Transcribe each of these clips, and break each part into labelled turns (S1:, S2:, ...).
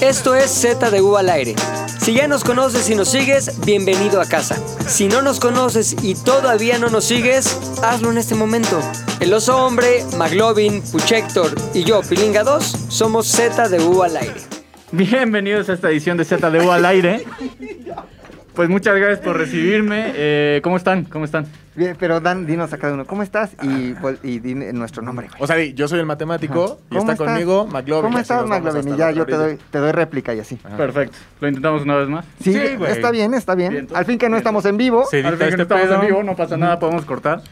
S1: Esto es Z de U al aire. Si ya nos conoces y nos sigues, bienvenido a casa. Si no nos conoces y todavía no nos sigues, hazlo en este momento. El oso hombre, Maglovin, Puchector y yo, Pilinga 2, somos Z de U al aire.
S2: Bienvenidos a esta edición de Z de U al aire. Pues muchas gracias por recibirme. Eh, ¿Cómo están? ¿Cómo están?
S3: Bien, pero Dan, dinos a cada uno, ¿cómo estás? Y, pues, y di nuestro nombre. güey.
S4: O sea, di, yo soy el matemático y está
S3: estás?
S4: conmigo McLovin.
S3: ¿Cómo
S4: y así
S3: estás,
S4: nos vamos
S3: McLovin? Y
S4: hasta
S3: ya
S4: la
S3: yo te doy,
S4: orilla.
S3: te doy réplica y así.
S5: Ah.
S2: Perfecto. Lo intentamos una vez más.
S3: Sí,
S4: Sí, güey.
S3: está bien, está bien.
S2: Bien, todo
S3: Al fin que no
S2: bien.
S3: estamos en vivo.
S4: Se edita
S2: Al fin que
S4: este
S2: estamos
S4: pedo.
S2: en vivo, no pasa nada, podemos cortar.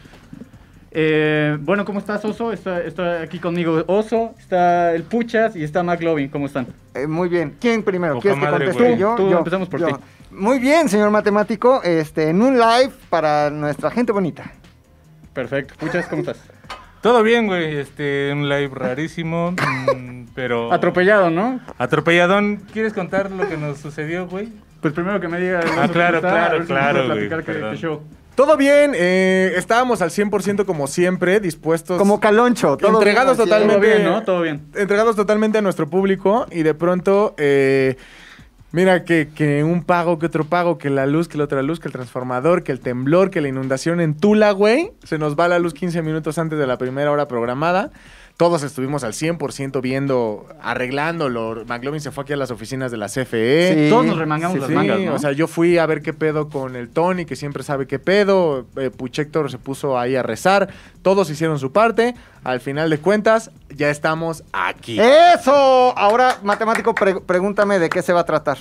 S2: Eh, bueno, ¿cómo estás, Oso? Está, está aquí conmigo Oso, está el Puchas y está McLovin. ¿Cómo están?
S3: Eh, muy bien. ¿Quién primero?
S4: Poca
S3: ¿Quieres que
S4: madre,
S3: conteste
S4: güey.
S3: yo?
S2: Tú, tú,
S3: yo,
S2: empecemos por
S3: yo.
S2: ti.
S3: Muy bien, señor matemático. Este, en un live para nuestra gente bonita.
S2: Perfecto. Puchas, ¿cómo estás?
S5: Todo bien, güey. Este, un live rarísimo, mm, pero...
S2: Atropellado, ¿no?
S5: Atropelladón. ¿Quieres contar lo que nos sucedió, güey?
S2: Pues primero que me diga. el
S5: Ah,
S2: Oso,
S5: claro,
S2: ¿cómo está?
S5: claro,
S2: A ver si
S5: claro,
S2: podemos
S5: güey,
S2: platicar que-
S5: perdón.
S2: que show.
S4: Todo bien, eh, estábamos al 100% como siempre, dispuestos.
S3: Como caloncho. todo
S4: Entregados
S3: bien, así.
S2: Todo
S4: totalmente.
S2: bien, ¿no? Todo bien.
S4: entregados totalmente a nuestro público y de pronto, eh, mira, que, que un pago, que otro pago, que la luz, que la otra luz, que el transformador, que el temblor, que la inundación en Tula, güey. Se nos va la luz 15 minutos antes de la primera hora programada. Todos estuvimos al 100% viendo, arreglándolo. McLovin se fue aquí a las oficinas de la E. CFE.
S3: Sí,
S2: Todos nos remangamos
S3: sí,
S2: las
S4: Sí,
S2: mangas, ¿no?
S4: o sea, yo fui a ver qué pedo con el Tony, que siempre sabe qué pedo. Eh, Puchector se puso ahí a rezar. Todos hicieron su parte. Al final de cuentas, ya estamos aquí.
S3: Eh. ¡Eso! Ahora, matemático, pre- pregúntame de qué se va a tratar.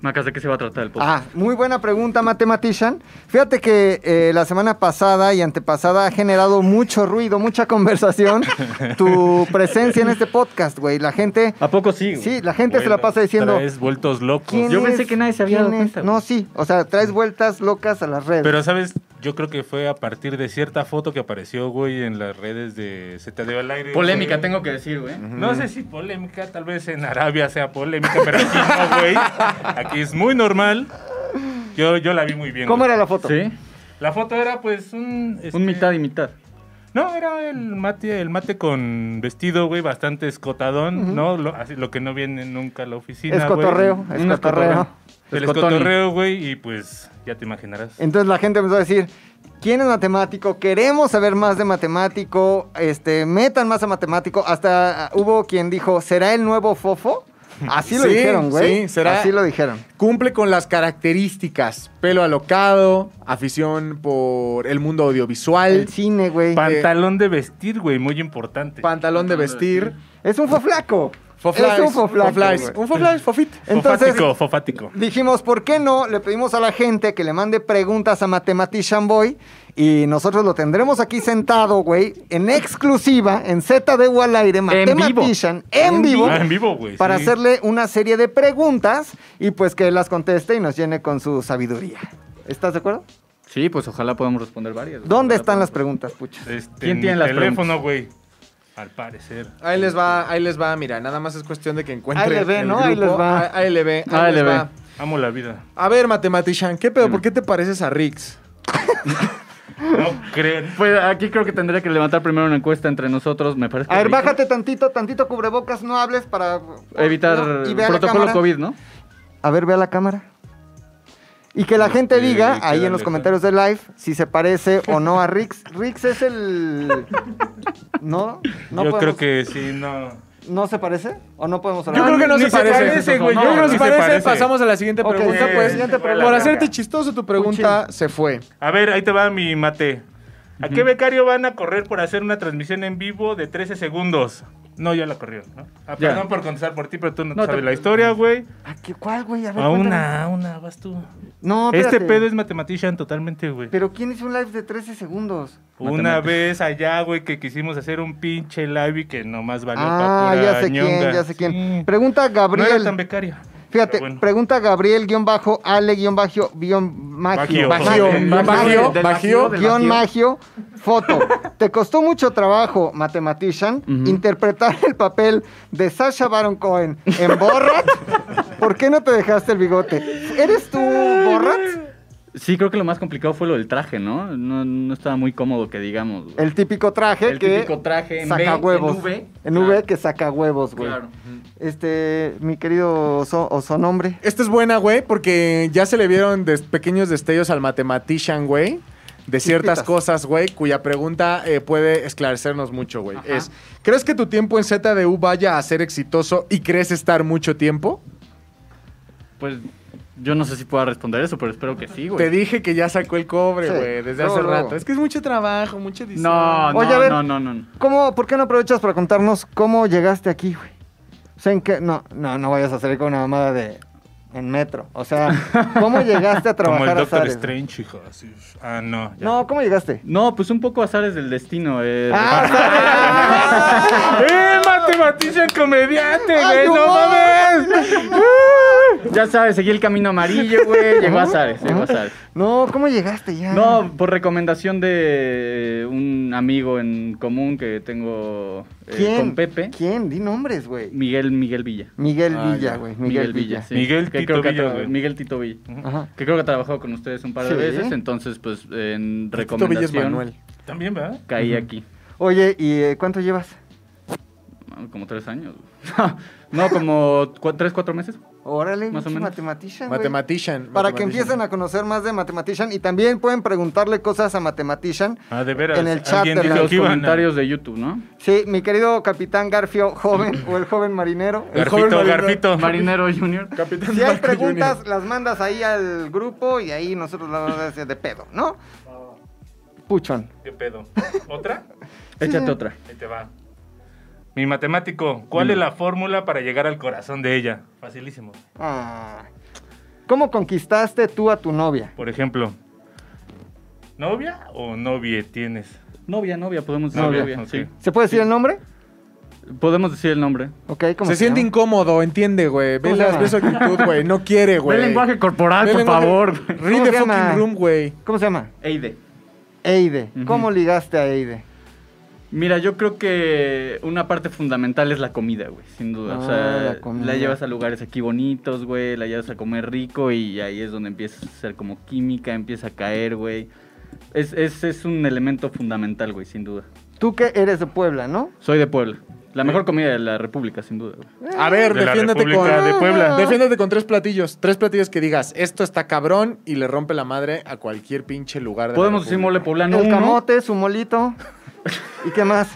S2: Macas, ¿de qué se va a tratar el
S5: Pues,
S2: podcast?
S3: Ah, muy buena pregunta, Mathematician. Fíjate que eh, la semana pasada y antepasada ha generado mucho ruido, mucha conversación tu presencia en este podcast, güey. La gente,
S5: Ah,
S2: ¿A poco sí? güey?
S3: ah. sí, la gente se la pasa diciendo.
S5: Es vueltos locos.
S3: "¿Quién
S2: Yo
S3: es?
S2: pensé que nadie se había dado
S3: ¿Quién es?".
S2: cuenta, güey.
S3: No, sí, o sea, traes vueltas locas a las redes.
S5: Pero, ¿sabes? Yo creo que fue a partir de cierta foto que apareció, güey, en las redes de ZDU al aire.
S2: Polémica,
S5: güey.
S2: tengo que decir, güey.
S5: No sé si polémica, tal vez en Arabia sea polémica, pero aquí no, güey. Aquí es muy normal. Yo, yo la vi muy bien.
S3: ¿Cómo
S5: güey.
S3: era la foto?
S2: Sí,
S5: La foto era, pues, un... este,
S2: un mitad y mitad.
S5: No, era el mate, el mate con vestido, güey, bastante escotadón, ¿no? Lo, así, lo que no viene nunca a la oficina,
S3: Es
S5: güey.
S3: cotorreo, es
S2: Un
S3: cotorreo.
S5: El
S2: Escotón.
S5: escotorreo, güey, y pues ya te imaginarás.
S3: Entonces la gente empezó a decir, ¿quién es matemático? Queremos saber más de matemático, este, metan más a matemático. Hasta ah, hubo quien dijo, ¿será el nuevo Fofo? Así lo
S4: Sí,
S3: dijeron, güey.
S4: sí, será.
S3: Así lo dijeron.
S4: Cumple con las características: pelo alocado, afición por el mundo audiovisual,
S3: El cine, güey.
S5: Pantalón de vestir, güey, muy importante.
S4: pantalón de vestir.
S3: Es un foflaco.
S4: Foflies,
S3: es un foflaco.
S4: foflies,
S3: güey.
S4: Un foflies, fofit.
S3: Entonces-
S5: fofático, fofático.
S3: Dijimos, ¿por qué no? Le pedimos a la gente que le mande preguntas a Mathematician Boy y nosotros lo tendremos aquí sentado, güey, en exclusiva, en ZDU al aire,
S2: vivo.
S3: Mathematician, en,
S2: En
S3: vivo,
S5: Ah, en vivo, güey.
S3: para
S5: sí.
S3: hacerle una serie de preguntas y pues que las conteste y nos llene con su sabiduría. ¿Estás de acuerdo?
S2: Sí, pues ojalá podamos responder varias. güey.
S3: ¿Dónde
S2: Ojalá
S3: están las
S2: podamos-
S3: preguntas, pucha?
S5: Este,
S2: ¿Quién
S5: mi
S2: tiene las
S5: teléfono, güey? Al parecer.
S4: Ahí les va, ahí les va, mira, nada más es cuestión de que encuentren.
S3: Ahí le ve,
S4: el
S3: ¿no? Ahí
S4: grupo.
S3: les va.
S4: Ah, Ahí le ve, ahí
S2: Ahí le
S4: les
S2: ve.
S4: va.
S5: Amo la vida.
S4: A ver, Matematician, ¿qué pedo? ¿Por qué te pareces a Riggs?
S5: No creo.
S2: Pues aquí creo que tendría que levantar primero una encuesta entre nosotros, me parece.
S3: A ver,
S2: rico.
S3: bájate tantito, tantito cubrebocas, no hables para...
S2: Evitar
S3: ¿no? Y ve a la
S2: protocolo
S3: cámara.
S2: COVID, ¿no?
S3: A ver, ve a la cámara. Y que la gente
S5: Sí,
S3: diga
S5: qué
S3: ahí en
S5: dale,
S3: los
S5: ¿no?
S3: comentarios de live si se parece o no a Rix. Rix es el. ¿No? ¿No,
S5: Yo
S3: podemos-
S5: creo que sí, no.
S3: ¿No se parece? ¿O no podemos
S4: Yo
S3: hablar?
S4: creo que no
S5: ni
S4: se
S5: se
S4: parece.
S5: parece,
S4: Yo
S5: güey. No,
S4: creo que no
S5: ni
S4: se
S5: se
S4: parece.
S5: parece.
S4: Pasamos a la siguiente
S3: Ok,
S4: pregunta,
S3: sí,
S4: pues.
S3: siguiente
S4: Por
S3: pregunta.
S4: hacerte chistoso tu pregunta, se fue.
S5: A ver, ahí te va mi mate. ¿A qué becario van a correr por hacer una transmisión en vivo de 13 segundos? No, ya la corrió, ¿no? Ah,
S2: Ya.
S5: Perdón por contestar por ti, pero tú no,
S2: No,
S5: sabes
S2: te-
S5: la historia, güey.
S3: ¿A qué- ¿Cuál, güey? A ver.
S5: A
S3: cuéntame.
S5: una, a una, vas tú.
S3: No,
S5: este
S3: espérate.
S5: pedo es matematician totalmente, güey.
S3: Pero ¿quién hizo un live de 13 segundos?
S5: Una vez allá, güey, que quisimos hacer un pinche live y que nomás valió pa'
S3: ah,
S5: pura
S3: ya sé
S5: ñonga.
S3: quién, ya sé quién.
S5: Sí.
S3: Pregunta
S5: No
S3: Gabriel.
S5: era tan becario.
S3: Fíjate,
S5: pero bueno.
S3: pregunta Gabriel guión bajo, Ale guión bajo, guión magio.
S5: Bagio.
S4: Bagio,
S5: Del
S4: bagio,
S2: Bagio, del
S4: bagio.
S2: Bagio.
S3: Guión Magio, foto. ¿Te costó mucho trabajo, Mathematician,
S2: Ujú.
S3: interpretar el papel de Sasha Baron Cohen en Borat? ¿Por qué no te dejaste el bigote? ¿Eres tú Borat?
S2: Sí, creo que lo más complicado fue lo del traje, ¿no? No, no estaba muy cómodo que digamos. güey.
S3: El típico traje
S2: El
S3: que
S2: típico traje en
S3: saca
S2: V,
S3: huevos.
S2: en V.
S3: En V
S2: Claro.
S3: que saca huevos, güey.
S2: Claro.
S3: Este, mi querido oso, nombre.
S4: Esta es buena, güey, porque ya se le vieron des- pequeños destellos al matematician, güey. De ciertas
S3: Chispitas.
S4: cosas, güey, cuya pregunta eh, puede esclarecernos mucho, güey. Es, ¿crees que tu tiempo en ZDU vaya a ser exitoso y crees estar mucho tiempo?
S2: Pues yo no sé si pueda responder eso, pero espero que sí,
S4: Te
S2: güey.
S4: dije que ya sacó el cobre,
S3: Sí,
S4: güey, desde
S3: luego,
S4: hace
S3: luego.
S4: rato. Es que es mucho trabajo, mucho diseño.
S2: No, no,
S3: Oye, a ver.
S2: no, no, no. no.
S3: ¿Cómo, por qué no aprovechas para contarnos cómo llegaste aquí, güey? O sea, en qué, no, no, no vayas a salir con una mamada de, en metro. O sea, ¿cómo llegaste a trabajar
S5: Como el
S3: a
S5: Doctor
S3: Zares?
S5: Strange, hijo. así. Ah, no. ya.
S3: No, ¿cómo llegaste?
S2: No, pues un poco azares del destino. Eh,
S3: Ah,
S5: ¡Eh, matematician comediante, güey!
S3: ¡Ay,
S5: ¡No
S3: humor!
S5: mames!
S2: Ya sabes, seguí el camino amarillo, güey. Llegó a Azares, llegó a Azares.
S3: No, ¿cómo llegaste ya? Eh,
S2: No, eh, por recomendación de un amigo en común que tengo eh,
S3: ¿Quién?
S2: con Pepe.
S3: ¿Quién? Di nombres, güey.
S2: Miguel, Miguel Villa.
S3: Miguel
S4: Ah,
S3: Villa,
S4: ya.
S3: güey. Miguel, Villa.
S2: sí.
S5: Miguel
S2: Que
S5: Tito
S2: creo que ha
S5: Villa,
S2: tra-
S5: güey.
S2: Miguel Tito Villa.
S3: Ajá.
S2: Que creo que ha trabajado con ustedes un par de
S3: Sí.
S2: veces, entonces pues en
S4: Tito Villa es
S2: recomendación
S4: Manuel.
S5: También, ¿verdad?
S2: caí aquí.
S3: Oye, ¿y eh, cuánto llevas?
S2: Ah, Como tres años. no, como cua- tres, cuatro meses.
S3: Órale,
S2: Más o
S3: pinche
S2: menos.
S3: Matematician, güey.
S4: Matematician.
S3: Para que
S4: mathematician.
S3: empiecen a conocer más de Matematician y también pueden preguntarle cosas a Matematician.
S5: Ah, de veras.
S3: En el chat
S5: Alguien
S3: de
S5: dijo
S3: la-
S2: Los
S5: que iban a-
S2: comentarios de YouTube, ¿no?
S3: Sí, mi querido capitán Garfio joven o el joven marinero.
S4: El
S5: Garfito,
S4: joven Marinero.
S5: Garfito.
S2: Marinero Junior.
S4: Capitán
S3: Si hay
S4: Marco
S3: preguntas,
S4: Jr.
S3: las mandas ahí al grupo y ahí nosotros las vamos a hacer de pedo, ¿no? Puchón.
S5: ¿Qué pedo? ¿Otra?
S2: Échate otra.
S5: Ahí te va. Mi matemático, ¿cuál es la fórmula para llegar al corazón de ella? Facilísimo.
S3: Ah. ¿Cómo conquistaste tú a tu novia?
S5: Por ejemplo, ¿novia o novie tienes?
S2: Novia, novia, podemos decir
S5: Novia,
S2: novia,
S5: ok.
S2: sí.
S3: ¿Se puede decir el nombre?
S2: Podemos decir el nombre.
S3: Ok, ¿cómo
S4: Se siente
S3: llama?
S4: incómodo, entiende, güey. Ve,
S3: ¿Cómo se
S4: las-
S3: llama?
S4: ve su actitud, güey. No quiere,
S2: Ve
S4: güey.
S2: el lenguaje corporal,
S4: Ve
S2: Ah, por
S4: lenguaje-
S2: favor.
S4: Read
S3: ¿Cómo
S4: the
S3: se
S4: fucking
S3: llama?
S4: room, güey.
S3: ¿Cómo se llama?
S2: Eide.
S3: Eide.
S2: Ujú.
S3: ¿Cómo ligaste a Eide?
S2: Mira, yo creo que una parte fundamental es la comida, güey, sin duda. o
S3: Ah, la
S2: sea, la,
S3: comida.
S2: llevas a lugares aquí bonitos, güey, la llevas a comer rico y ahí es donde empieza a ser como química, empieza a caer, güey. Es, es, es un elemento fundamental, güey, sin duda.
S3: Tú que eres de Puebla, ¿no?
S2: Soy de Puebla. La mejor comida de la República, sin duda, güey.
S4: A ver,
S5: De la
S4: defiéndete con.
S5: República de Puebla.
S4: Ah. Defiéndete con tres platillos. Tres platillos que digas, esto está cabrón y le rompe la madre a cualquier pinche lugar. De la
S2: Podemos decir mole
S4: República.
S2: poblano
S3: el
S2: uno.
S3: camote, su molito. ¿Y qué más?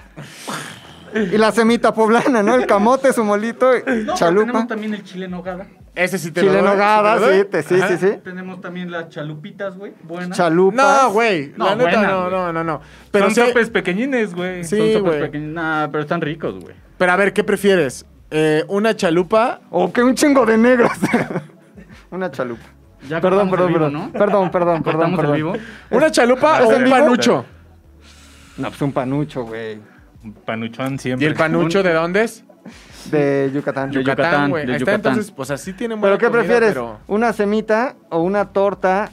S3: Y la semita poblana, ¿no? El camote, su molito, y
S2: No, pero
S3: chalupa.
S2: tenemos también el chile en nogada.
S4: Ese sí te
S3: Chile en
S4: lo doy,
S3: nogada,
S4: ese te lo
S3: sí,
S4: doy.
S3: te- sí, sí, sí.
S2: Tenemos también las chalupitas, güey, buenas.
S3: Chalupas.
S4: No, güey.
S2: No,
S4: la neta,
S2: buena,
S4: no,
S2: güey.
S4: no, no, no.
S5: Pero
S4: Pero,
S5: Son
S4: sí-
S5: sopes pequeñines, güey.
S4: Sí.
S2: Son súper
S4: güey.
S2: pequeños. Nah, pero están ricos, güey.
S4: pero a ver, ¿qué prefieres? Eh, ¿Una chalupa?
S3: O que un chingo de negros. Una chalupa.
S2: Ya
S3: Perdón,
S2: cortamos el
S3: perdón,
S2: vivo,
S3: perdón,
S2: ¿no?
S3: perdón, perdón, perdón,
S2: ¿Cortamos el
S3: perdón.
S2: vivo?
S4: ¿Una chalupa
S3: ¿Es
S4: o
S3: en
S4: un
S3: vivo?
S4: panucho?
S3: No, pues un panucho, güey.
S5: Un Panuchón siempre.
S4: ¿Y el panucho de dónde es?
S3: De Yucatán.
S2: De Yucatán,
S4: güey.
S2: de
S4: Ahí está,
S2: Yucatán.
S4: entonces, pues así tiene
S3: ¿Pero qué prefieres? ¿Una semita o una torta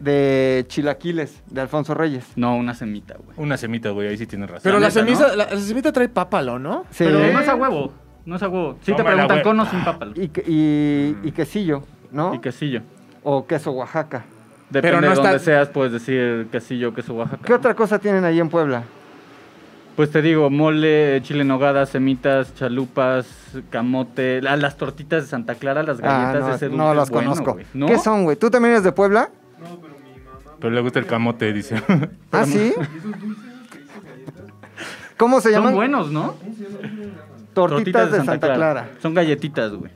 S3: de chilaquiles de Alfonso Reyes?
S2: No, una semita, güey.
S5: Una semita, güey, ahí sí tienes razón.
S4: Pero la,
S2: neta,
S4: semita, la, la semita trae pápalo, ¿no?
S3: Sí.
S2: Pero no es a huevo. No es a huevo. Si te
S5: Tómala,
S2: preguntan
S5: güey.
S2: con o sin pápalo.
S3: y, que- y, y quesillo, ¿no?
S2: Y quesillo.
S3: O queso Oaxaca.
S2: Depende
S4: Pero no
S2: de dónde
S4: está-
S2: seas, puedes decir quesillo, queso Oaxaca.
S3: ¿Qué otra cosa tienen ahí en Puebla?
S2: Pues te digo, mole, chile en nogada, semitas, chalupas, camote, la- las tortitas de Santa Clara, las Pues galletas
S3: ah, no,
S2: de ese dulce
S3: no
S2: es
S3: las
S2: bueno,
S3: conozco.
S2: güey. ¿No?
S3: ¿Qué son, güey? ¿Tú también eres de Puebla?
S5: Pero le gusta el camote, dice.
S3: ¿Ah, sí? ¿Cómo se
S2: Son
S3: llaman?
S2: buenos, ¿no?
S3: Tortitas, de Santa, Clara.
S2: Son galletitas, güey.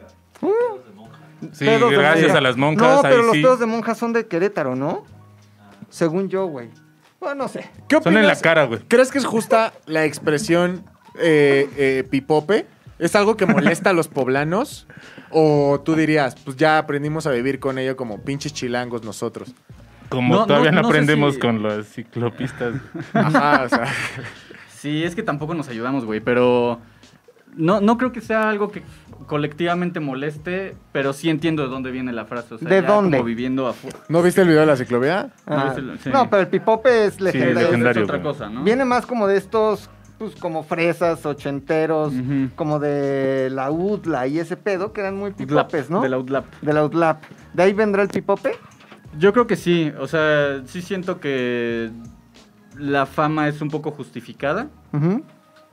S5: Sí,
S3: Pedos de
S5: gracias
S3: monja.
S5: a las monjas,
S3: No,
S5: ahí
S3: pero los
S5: sí.
S3: pedos de monjas son de Querétaro, ¿no? Según yo, güey. Bueno, no sé.
S4: ¿Qué
S5: Son en la
S4: opinas?
S5: cara, güey.
S4: ¿Crees que es justa la expresión eh, eh, pipope? ¿Es algo que molesta a los poblanos? ¿O tú dirías, pues ya aprendimos a vivir con ello como pinches chilangos nosotros?
S5: Como
S2: No, no,
S5: todavía no,
S2: no sé
S5: aprendemos
S2: si-
S5: con los ciclopistas.
S4: Ajá, o sea.
S2: Sí, es que tampoco nos ayudamos, güey, pero no, no creo que sea algo que colectivamente moleste, pero sí entiendo de dónde viene la frase. O sea,
S3: ¿De
S2: ya
S3: dónde?
S2: Como viviendo afuera.
S4: ¿No viste el video de la ciclovía?
S2: No,
S3: Ah,
S2: ese lo- sí.
S3: No, pero el pipope es legendario.
S5: legendario.
S2: es otra
S5: güey.
S2: cosa, ¿no?
S3: Viene más como de estos, pues como fresas, ochenteros,
S2: Ujú.
S3: como de la UDLA y ese pedo, que eran muy
S2: Utlap,
S3: pipopes, ¿no?
S2: De la Utlap.
S3: De la UDLAP. ¿De ahí vendrá el pipope?
S2: Yo creo que sí, o sea, sí siento que la fama es un poco justificada,
S3: Ujú.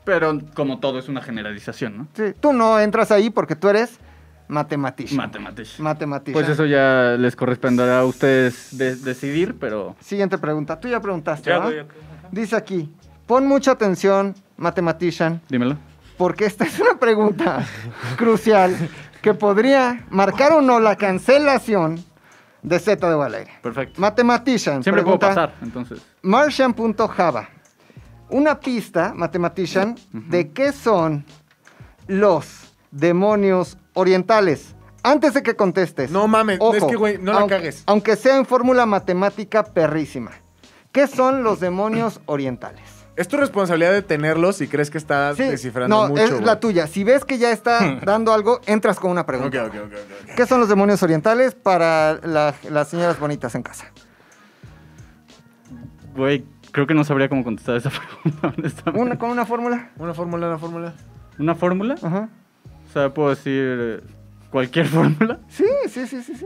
S2: Pero como todo es una generalización, ¿no?
S3: Sí, Tú no entras ahí porque tú eres matematician.
S2: Matemáticas.
S3: Matematician.
S2: Pues eso ya les corresponderá a ustedes de- decidir, pero
S3: Siguiente pregunta. Tú ya preguntaste,
S5: Ya,
S3: ¿verdad?
S5: güey, ok, ajá.
S3: Dice aquí, pon mucha atención, matematician,
S2: dímelo.
S3: porque esta es una pregunta crucial que podría marcar o no la cancelación de Z de Valeria.
S2: Perfecto.
S3: Matematician.
S2: Siempre puedo
S3: pregunta,
S2: pasar, entonces.
S3: Martian.java. Una pista, matematician, de qué son los demonios orientales. Antes de que contestes.
S4: No mames,
S3: Ojo,
S4: es que, güey, no la
S3: aunque-
S4: cagues.
S3: Aunque sea en fórmula matemática perrísima. ¿Qué son los demonios orientales?
S4: Es tu responsabilidad de tenerlos si crees que estás
S3: Sí,
S4: descifrando
S3: no,
S4: mucho.
S3: es la
S4: güey.
S3: tuya. Si ves que ya está dando algo, entras con una
S4: Ok,
S3: pregunta.
S4: ok, ok, ok, ok.
S3: ¿Qué son los demonios orientales para la- las señoras bonitas en casa?
S2: Güey, creo que no sabría cómo contestar esa pregunta, honestamente.
S3: Una, ¿Con una fórmula?
S4: Una fórmula, una fórmula.
S2: ¿Una fórmula?
S3: Ajá.
S2: O sea, puedo decir eh, cualquier fórmula.
S3: Sí, sí, sí, sí, sí.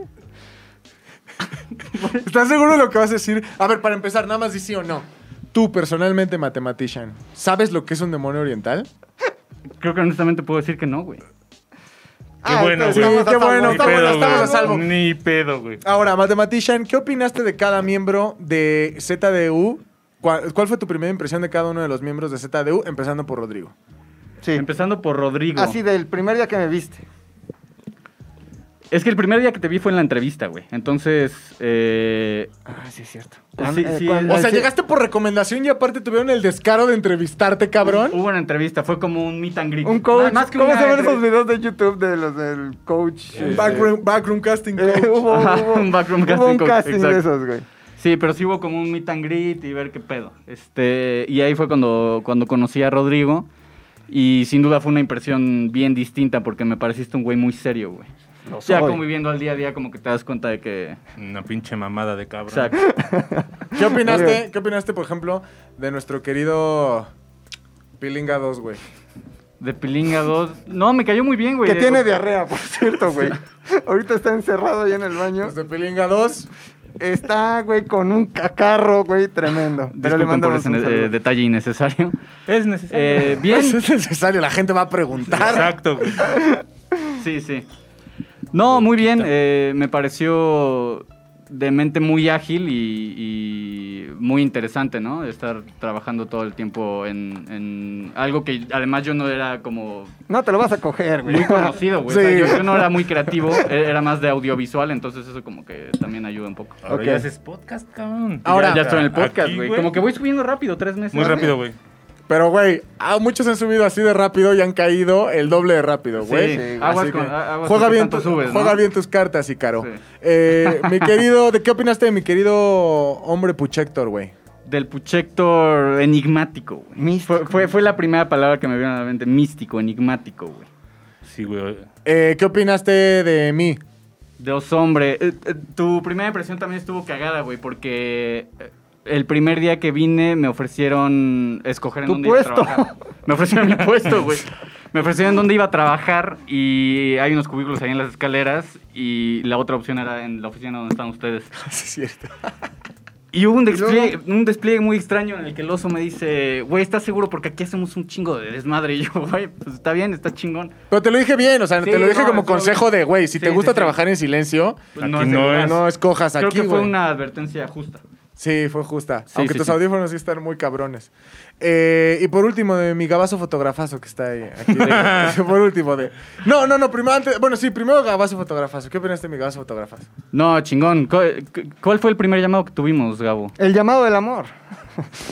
S4: ¿Estás seguro de lo que vas a decir? A ver, para empezar, nada más di sí o no. Tú, personalmente, matematician, ¿sabes lo que es un demonio oriental?
S2: Creo que honestamente puedo decir que no, güey.
S5: Ah, Qué bueno,
S3: entonces
S5: güey.
S3: estamos a
S4: Qué
S3: salvo.
S4: bueno,
S5: Ni
S4: está bueno,
S5: pedo,
S4: estamos
S5: güey.
S4: a salvo.
S5: Ni pedo, güey.
S4: Ahora, matematician, ¿qué opinaste de cada miembro de ZDU? ¿Cuál, cuál fue tu primera impresión de cada uno de los miembros de ZDU? Empezando por Rodrigo.
S3: Sí.
S2: Empezando por Rodrigo.
S3: Así del primer día que me viste.
S2: Es que el primer día que te vi fue en la entrevista, güey. Entonces, eh,
S3: Ah, sí, es cierto.
S2: Sí, sí,
S4: O sea, llegaste por recomendación y aparte tuvieron el descaro de entrevistarte, cabrón.
S2: hubo una entrevista, fue como un meet and greet.
S3: Un coach.
S2: Más- más que
S3: ¿Cómo
S2: una
S3: se ven esos
S2: entrevista.
S3: videos de YouTube de los del coach? Eh,
S4: Backroom, backroom casting.
S3: eh,
S4: coach.
S3: hubo,
S2: Ajá,
S3: hubo-
S2: un backroom
S3: hubo
S2: casting
S3: un
S2: coach,
S3: casting de
S2: exacto.
S3: esos, güey.
S2: Sí, pero sí hubo como un meet and greet y ver qué pedo. Este, y ahí fue cuando, cuando conocí a Rodrigo. Y sin duda fue una impresión bien distinta porque me pareciste un güey muy serio, güey. ya
S3: soy.
S2: conviviendo al día a día como que te das cuenta de que...
S5: Una pinche mamada de cabrón.
S2: Exacto.
S4: ¿Qué
S3: Muy
S4: opinaste,
S3: bien.
S4: ¿Qué opinaste, por ejemplo, de nuestro querido Pilinga 2, güey?
S2: De Pilinga 2. No, me cayó muy bien, güey.
S3: Que tiene diarrea, por cierto, güey. Ahorita está encerrado ahí en el baño.
S2: Pues,
S4: Nuestro Pilinga 2.
S3: Está, güey, con un cacarro, güey, tremendo. Pero le
S2: Disculpen por
S3: mandamos
S2: ese
S3: un
S2: eh,
S3: saludo.
S2: detalle innecesario.
S5: Es necesario.
S2: Eh, bien.
S4: Eso es necesario, la gente va a preguntar.
S5: Exacto, güey.
S2: Sí, sí. No, muy bien. eh, me pareció de mente muy ágil y, y muy interesante, ¿no? Estar trabajando todo el tiempo en, en algo que además yo no era como
S3: No, te lo vas a coger, güey.
S2: muy conocido, güey. O sea,
S4: Sí.
S2: yo, yo no era muy creativo, e- era más de audiovisual, entonces eso como que también ayuda un poco.
S5: Ahora
S3: Ok.
S5: ya haces podcast, cabrón.
S4: Ahora-
S2: ya, ya estoy en el podcast,
S5: Aquí,
S2: güey. Como que voy subiendo rápido, tres meses.
S5: Muy rápido, güey.
S4: Pero, güey, a muchos han subido así de rápido y han caído el doble de rápido,
S2: Sí,
S4: güey.
S2: sí,
S4: Así
S2: aguas
S4: que
S2: con- ah, aguas
S4: juega
S2: con qué
S4: bien,
S2: tanto
S4: tu-
S2: subes,
S4: juega
S2: ¿no?
S4: bien tus cartas, Ícaro.
S2: Sí.
S4: Eh, mi querido, ¿de qué opinaste de mi querido hombre Puchector, güey?
S2: Del Puchector enigmático, güey.
S3: Místico.
S2: Fue, fue, fue la primera palabra que me vino a la mente. Místico, enigmático, güey.
S5: Sí, güey.
S2: Pues
S4: Eh, ¿Qué opinaste de mí?
S2: Dios, hombre. Eh, eh, tu primera impresión también estuvo cagada, güey, porque eh, el primer día que vine me ofrecieron escoger en
S3: Tu
S2: dónde
S3: puesto.
S2: iba a trabajar. Me ofrecieron mi puesto, güey. Me ofrecieron dónde iba a trabajar y hay unos cubículos ahí en las escaleras y la otra opción era en la oficina donde están ustedes.
S4: Sí, es cierto.
S2: Y hubo un despliegue, un despliegue muy extraño en el que el oso me dice, güey, ¿estás seguro? Porque aquí hacemos un chingo de desmadre. Y yo, güey, pues está bien, está chingón.
S4: Pero te lo dije bien, o sea,
S2: Sí,
S4: te lo dije
S2: no,
S4: como
S2: estuvo
S4: consejo
S2: bien.
S4: de, güey, si
S2: Sí,
S4: te gusta
S2: sí, sí.
S4: trabajar en silencio,
S2: Pues,
S5: Aquí
S2: es
S5: no
S2: el
S5: es.
S2: lugar.
S4: no escojas
S2: Creo
S4: aquí,
S2: que fue
S4: güey.
S2: una advertencia justa.
S4: Sí, fue justa.
S2: Sí,
S4: Aunque
S2: sí,
S4: tus
S2: sí.
S4: audífonos sí están muy cabrones. Eh, y por último, de mi gabazo fotografazo que está ahí. aquí. por último, de... No, no, no, primero antes... Bueno, sí, primero gabazo fotografazo. ¿Qué opinaste de mi gabazo fotografazo?
S2: No, chingón. ¿Cuál, cu- cuál fue el primer llamado que tuvimos, Gabo?
S3: El llamado del amor.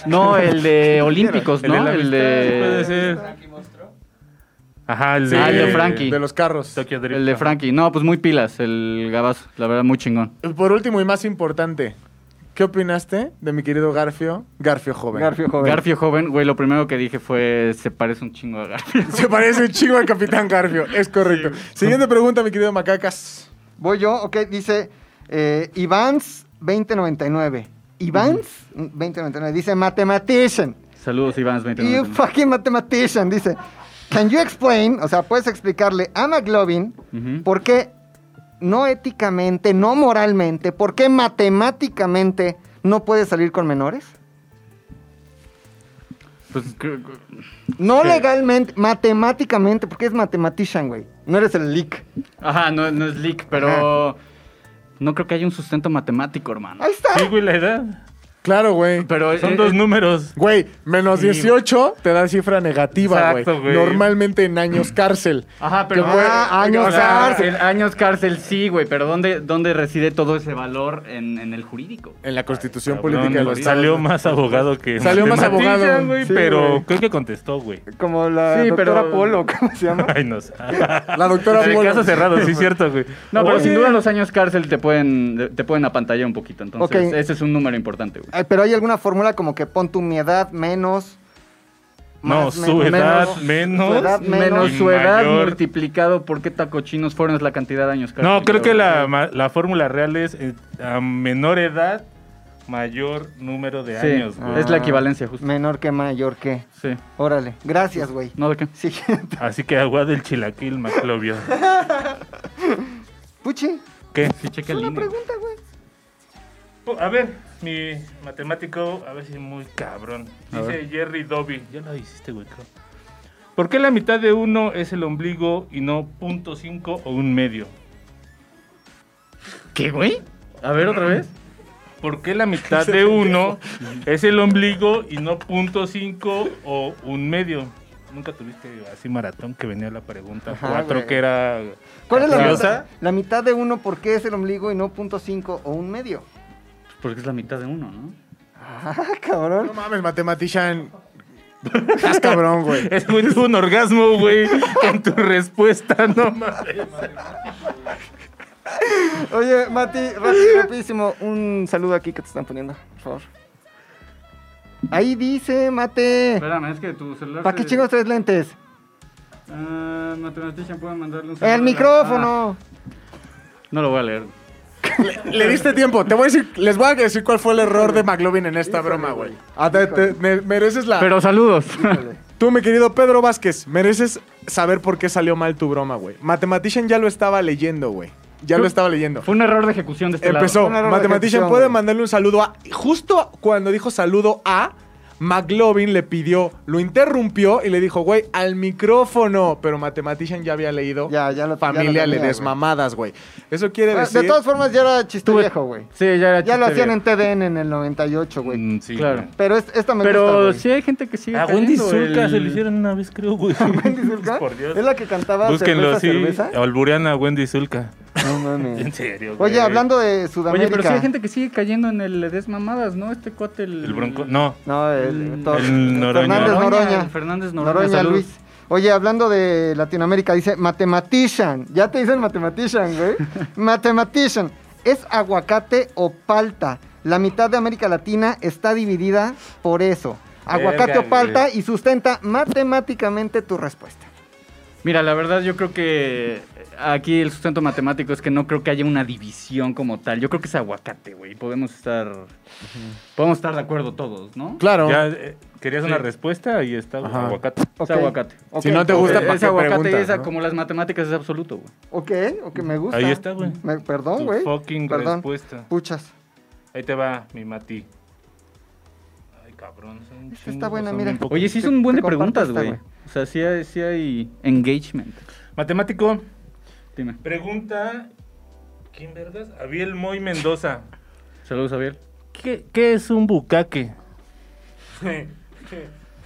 S2: No, el de Olímpicos, ¿no?
S5: El
S2: El
S5: de la amistad,
S2: de,
S5: puede ser. Ajá, el de,
S2: Ah, el de Frankie.
S4: De los carros.
S5: Tokyo Drift.
S2: el de Frankie. No, pues muy pilas, el Gabazo. La verdad, muy chingón.
S4: Y Por último y más importante, ¿qué opinaste de mi querido Garfio? Garfio joven.
S3: Garfio joven.
S2: Garfio joven, güey, lo primero que dije fue, se parece un chingo a Garfio.
S4: Se parece un chingo al Capitán Garfio. Es correcto. Siguiente pregunta, mi querido Macacas.
S3: Voy yo, ok, dice eh, Ivans 2099. Ivans 2099, dice Mathematician.
S2: Saludos, Iván.
S3: You fucking mathematician, dice. Can you explain, o sea, puedes explicarle a McLovin
S2: Ujú.
S3: por qué no éticamente, no moralmente, por qué matemáticamente no puede salir con menores?
S2: Pues, creo-
S3: No
S2: Sí.
S3: legalmente, matemáticamente, porque es matematician, güey. No eres el leak.
S2: ajá, no, no es leak, pero no creo que haya un sustento matemático, hermano.
S3: Ahí está.
S5: Sí, güey, la edad.
S4: Claro, güey.
S2: Pero
S5: Son
S2: eh,
S5: dos
S2: eh,
S5: números.
S4: Güey, menos
S5: Sí,
S4: 18 te da cifra negativa, güey.
S5: Exacto, güey.
S4: Normalmente en años cárcel.
S2: Ajá, pero
S4: Que fue-
S3: Ah, años cárcel.
S2: el años cárcel sí, güey, pero ¿dónde, ¿dónde reside todo ese valor en, en el jurídico?
S4: En la constitución
S5: Cabrón,
S4: política de los
S5: güey.
S4: Estados.
S5: Salió más abogado que.
S4: Salió más
S5: matematician,
S4: abogado.
S5: güey,
S4: Sí,
S5: pero
S4: güey.
S5: creo que contestó, güey.
S3: Como la
S2: Sí,
S3: doctora
S2: pero-
S3: Polo, ¿cómo se llama?
S5: Ay, no sé.
S4: La doctora
S5: El
S4: Polo.
S5: caso cerrado, sí, cierto, güey.
S2: No, pero
S4: Oye.
S2: sin duda los años cárcel te pueden, te pueden apantallar un poquito, entonces
S3: Ok.
S2: ese es un número importante, güey.
S3: Ay, pero hay alguna fórmula como que pon tu mi edad menos.
S5: No,
S3: más,
S5: su
S3: menos,
S5: edad
S3: menos,
S5: menos.
S3: su edad
S2: Menos
S3: Ah, menos.
S5: Y
S2: su edad
S5: mayor.
S2: multiplicado por qué tacochinos fueron es la cantidad de años cárcel.
S5: No, creo que
S2: güey.
S5: la, ma- la fórmula real es eh, a menor edad, mayor número de
S2: Sí,
S5: años, güey.
S2: es la equivalencia, justo.
S3: Menor que mayor que.
S2: Sí.
S3: Órale. Gracias, güey.
S2: ¿No de qué?
S3: Siguiente.
S5: Así que agua del chilaquil, Maclovio.
S3: Puchi,
S5: ¿Qué?
S2: Sí, checa el
S3: una
S2: INE.
S3: pregunta, güey.
S5: Po- Pues, A ver, mi matemático, a ver si muy cabrón. Dice Jerry Dobby. Ya lo hiciste, güey. creo. ¿Por qué la mitad de uno es el ombligo y no punto cinco o un medio?
S2: ¿Qué, güey? A ver, otra vez.
S5: ¿Por qué la mitad de uno es el ombligo y no punto cinco o un medio? Nunca tuviste así maratón que venía la pregunta
S3: Ajá,
S5: cuatro
S3: güey.
S5: que era.
S3: ¿Cuál es la
S5: Curiosa.
S3: mitad? La mitad de uno, ¿por qué es el ombligo y no punto cinco o un medio?
S2: Porque es la mitad de uno, ¿no?
S3: Ah, cabrón.
S4: No mames, matematician. Estás cabrón, güey.
S5: Es güey tuvo un orgasmo, güey, con tu respuesta, no mames.
S3: Oye, Mati, rápido, rapidísimo, un saludo aquí que te están poniendo, por favor. Ahí dice, Mate.
S2: Espérame, es que tu celular.
S3: ¿Para qué chingos tres lentes?
S2: Ah, matematician, pueden mandarle un saludo a
S3: El
S2: la-
S3: micrófono.
S2: Ah, no lo voy a leer.
S4: Le diste tiempo. Te voy a decir, les voy a decir cuál fue el error de McLovin en esta broma, güey. Ah, te- te- me- mereces la.
S2: Pero saludos.
S4: Tú, mi querido Pedro Vázquez, mereces saber por qué salió mal tu broma, güey. Matematician ya lo estaba leyendo, güey. Ya lo estaba leyendo.
S2: Fue un error de ejecución de este
S4: Empezó.
S3: Un error de
S4: Matematician
S3: ejecución,
S4: puede
S3: güey.
S4: mandarle un saludo a. Justo cuando dijo saludo a, McLovin le pidió, lo interrumpió y le dijo, güey, al micrófono. Pero Matematician ya había leído.
S3: Ya, ya lo- ya lo
S4: Familia
S3: tenía,
S4: le
S3: güey.
S4: desmamadas, güey. Eso quiere
S3: Ah,
S4: decir.
S3: De todas formas, ya era chiste viejo, güey.
S2: Sí, ya era
S3: Ya lo
S2: Ah, chiste
S3: hacían en
S2: viejo.
S3: TDN en el 98, güey.
S5: Mm, sí,
S2: Claro.
S5: güey.
S3: Pero es- esta me gusta,
S2: Pero
S3: güey.
S2: sí hay gente que sigue.
S5: A Wendy
S2: cayendo,
S5: Zulka
S2: el-
S5: se le hicieron una vez, creo, güey.
S3: Wendy Zulka,
S5: Por Dios.
S3: Es la que cantaba
S5: Búsquenlo
S3: cerveza,
S5: así.
S3: cerveza.
S5: Alburean a Wendy Zulka.
S3: No
S5: En
S3: mames.
S5: serio, güey.
S3: Oye, hablando de Sudamérica.
S2: Oye, pero sí hay gente que sigue cayendo en el desmamadas, ¿no? Este cuate, el.
S5: El bronco. No.
S3: No, el,
S2: El
S3: Tor-
S5: Noroña.
S3: Fernández Noroña.
S2: El Fernández Noroña,
S3: Noroña,
S2: salud.
S3: Luis. Oye, hablando de Latinoamérica, dice matematician. Ya te dicen matematician, güey. matematician. ¿Es aguacate o palta? La mitad de América Latina está dividida por eso. Aguacate
S5: Verga,
S3: o palta y sustenta matemáticamente tu respuesta.
S2: Mira, la verdad yo creo que aquí el sustento matemático es que no creo que haya una división como tal. Yo creo que es aguacate, güey. Podemos estar podemos estar de acuerdo todos, ¿no?
S4: Claro.
S5: Ya, eh, ¿Querías una
S2: Sí.
S5: respuesta? Ahí está, güey,
S4: Ajá.
S5: aguacate.
S3: Ok.
S2: Es aguacate.
S3: Ok,
S4: Si no te gusta,
S2: Eh,
S4: ¿para
S2: es
S4: qué
S2: aguacate
S4: preguntas,
S2: y esa,
S4: no?
S2: como las matemáticas, es absoluto, güey.
S3: Ok, ok, me gusta.
S5: Ahí está, güey.
S3: Me- perdón,
S5: Tu
S3: güey.
S5: fucking
S3: Perdón.
S5: respuesta.
S3: Puchas.
S5: Ahí te va, mi Mati. Ay, cabrón. son un
S3: Esta está
S5: chingo,
S3: buena,
S5: son
S3: mira.
S5: bien pocos.
S2: Oye, sí es
S3: Te-
S2: un buen
S3: te
S2: de preguntas,
S3: comparto esta,
S2: güey. O sea, sí hay, sí hay engagement.
S5: Matemático,
S2: Dime.
S5: pregunta. ¿Quién vergas? Abiel Moy Mendoza.
S2: Saludos, Javier.
S5: ¿Qué, qué es un bucaque?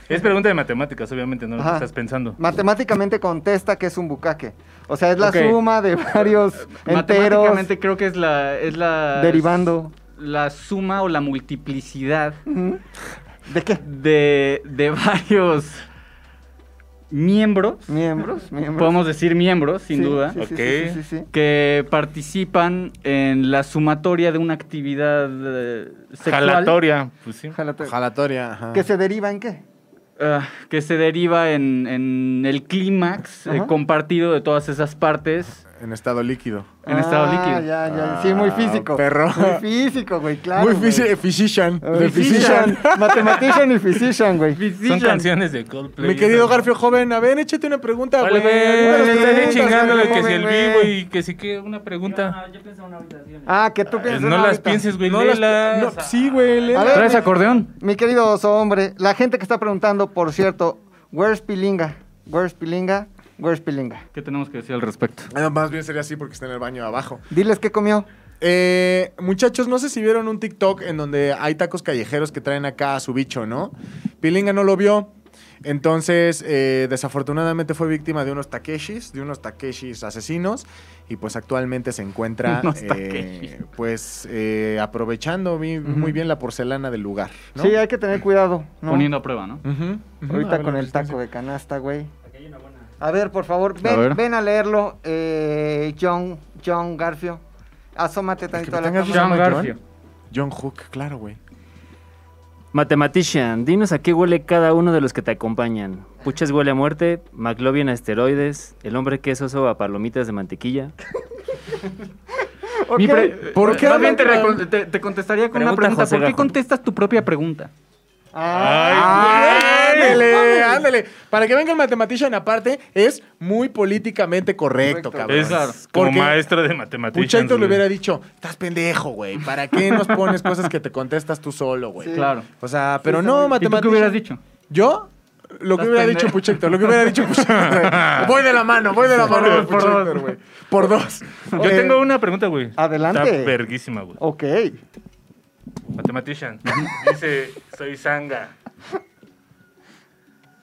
S5: es pregunta de matemáticas, obviamente, no lo que
S3: Ajá.
S5: estás pensando.
S3: Matemáticamente contesta que es un bucaque. O sea, es la
S2: Ok.
S3: suma de varios enteros
S2: Matemáticamente creo que es la es la
S3: derivando.
S2: la suma o la multiplicidad
S3: Ujú. ¿De qué?
S2: de de varios miembros
S3: Miembros, miembros.
S2: podemos decir miembros, sin
S3: Sí,
S2: duda,
S3: sí, sí,
S5: Ok.
S3: sí, sí, sí, sí.
S2: que participan en la sumatoria de una actividad eh, sexual
S5: Jalatoria, pues sí.
S3: Ojalá te-
S4: Jalatoria. ajá.
S3: ¿Que se deriva en qué?
S2: ah, que se deriva en, en el clímax eh,
S3: Ajá.
S2: compartido de todas esas partes
S4: en estado líquido.
S2: En estado
S3: Ah,
S2: líquido.
S3: Ya, ya. Sí, muy
S4: Ah,
S3: físico.
S4: perro.
S3: Muy físico, güey, claro.
S4: Muy
S3: güey.
S4: fisi- physician.
S3: Ay,
S4: The physician.
S3: physician. Mathematician y physician, güey.
S5: Son canciones de Coldplay.
S4: Mi querido Garfio joven, a ver, échate una pregunta,
S5: Vale,
S4: güey.
S5: güey,
S4: Algunas
S5: me
S4: preguntas,
S5: están chingando
S4: güey,
S5: que si
S4: joven,
S5: el
S4: güey.
S5: vivo y que si que una pregunta. Pues
S3: Ah, que tú piensas.
S5: No las
S3: ahorita.
S5: pienses, güey,
S4: No las-
S5: léelas.
S4: no, sí, güey, léelas.
S3: A ver,
S2: ¿Traes
S3: mi-
S2: acordeón?
S3: Mi querido oso hombre, la gente que está preguntando, por cierto, where's Pilinga? Where's Pilinga? Where's Pilinga?
S2: ¿Qué tenemos que decir al respecto?
S4: Ah, más bien sería así porque está en el baño abajo.
S3: Diles qué comió.
S4: Eh, muchachos, no sé si vieron un TikTok en donde hay tacos callejeros que traen acá a su bicho, ¿no? Pilinga no lo vio. Entonces, eh, desafortunadamente fue víctima de unos Takeshis, de unos Takeshis asesinos, y pues actualmente se encuentra,
S2: Unos
S4: eh,
S2: Takeshis.
S4: pues, eh, aprovechando mi- muy bien la porcelana del lugar, ¿no?
S3: Sí, hay que tener cuidado. ¿no?
S2: Poniendo a prueba, ¿no?
S4: Ujú, ujú. A
S3: Ahorita
S4: ver,
S3: con
S4: la
S3: el
S4: resistencia.
S3: taco de canasta, güey. A ver, por favor, ven,
S2: ver.
S3: ven a leerlo, eh, John, John Garfio. Asómate tantito a la
S4: tengas
S3: cámara.
S2: Sean
S4: John Garfio. John Hook, claro, güey.
S6: Mathematician, dinos a qué huele cada uno de los que te acompañan. Puches huele a muerte, McLovin a esteroides, el hombre que es oso a palomitas de mantequilla.
S3: Ok.
S2: Mi pre-
S4: ¿Por qué
S2: Más bien te,
S4: hablan-
S2: recon- te- te contestaría con una
S6: Pregunta
S2: pregunta.
S6: José
S2: ¿Por qué
S6: Gajo.
S2: contestas tu propia pregunta?
S4: Ah, Ándale, ándale. Para que venga el matematician aparte, es muy políticamente correcto,
S3: Correcto.
S4: cabrón.
S5: Es
S2: Claro.
S5: como
S4: Porque
S5: maestro de matemáticas.
S4: Puchaito le hubiera dicho, estás pendejo, güey. ¿Para qué nos pones cosas que te contestas tú solo, güey?
S3: Sí.
S2: Claro.
S4: O sea, pero
S3: Sí,
S2: ¿Y
S3: está
S4: no,
S2: tú
S4: matematician.
S2: qué hubieras dicho?
S4: ¿Yo? Lo que
S2: Estás
S4: hubiera
S2: pendejo.
S4: dicho Puchector, lo que hubiera dicho Puchector. voy de la mano, voy de la mano.
S2: dos,
S4: Por,
S2: por
S4: Puchector,
S2: dos.
S4: güey. Por dos.
S5: Yo
S4: Eh,
S5: tengo una pregunta, güey.
S2: ah,
S3: adelante.
S5: Está verguísima, güey.
S4: Oh.
S3: Ok.
S5: Mathematician. Dice, soy Sanga.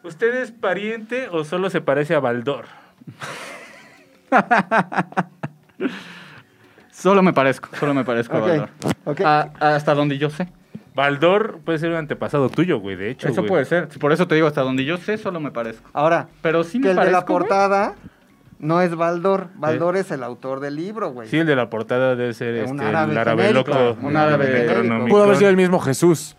S5: ¿Usted es pariente o solo se parece a Baldor?
S2: Solo me parezco, solo me parezco a
S3: Ok,
S2: Baldor.
S3: ok.
S2: A- hasta donde yo sé.
S5: Baldor puede ser un antepasado tuyo, güey, de hecho.
S2: Eso
S5: güey.
S2: puede ser. Por eso te digo, hasta donde yo sé, solo me parezco.
S3: Ahora,
S2: Pero sí
S3: que
S2: me
S3: el de
S2: parezco.
S3: la
S2: güey.
S3: portada no es Baldor. Baldor es el autor del libro, güey.
S5: Sí, el de la portada debe ser
S3: Un
S5: este,
S3: árabe
S5: el árabe
S3: genérico,
S5: loco.
S2: un árabe
S5: de
S2: genérico.
S5: Necronomicon.
S4: Pudo haber sido el mismo Jesús.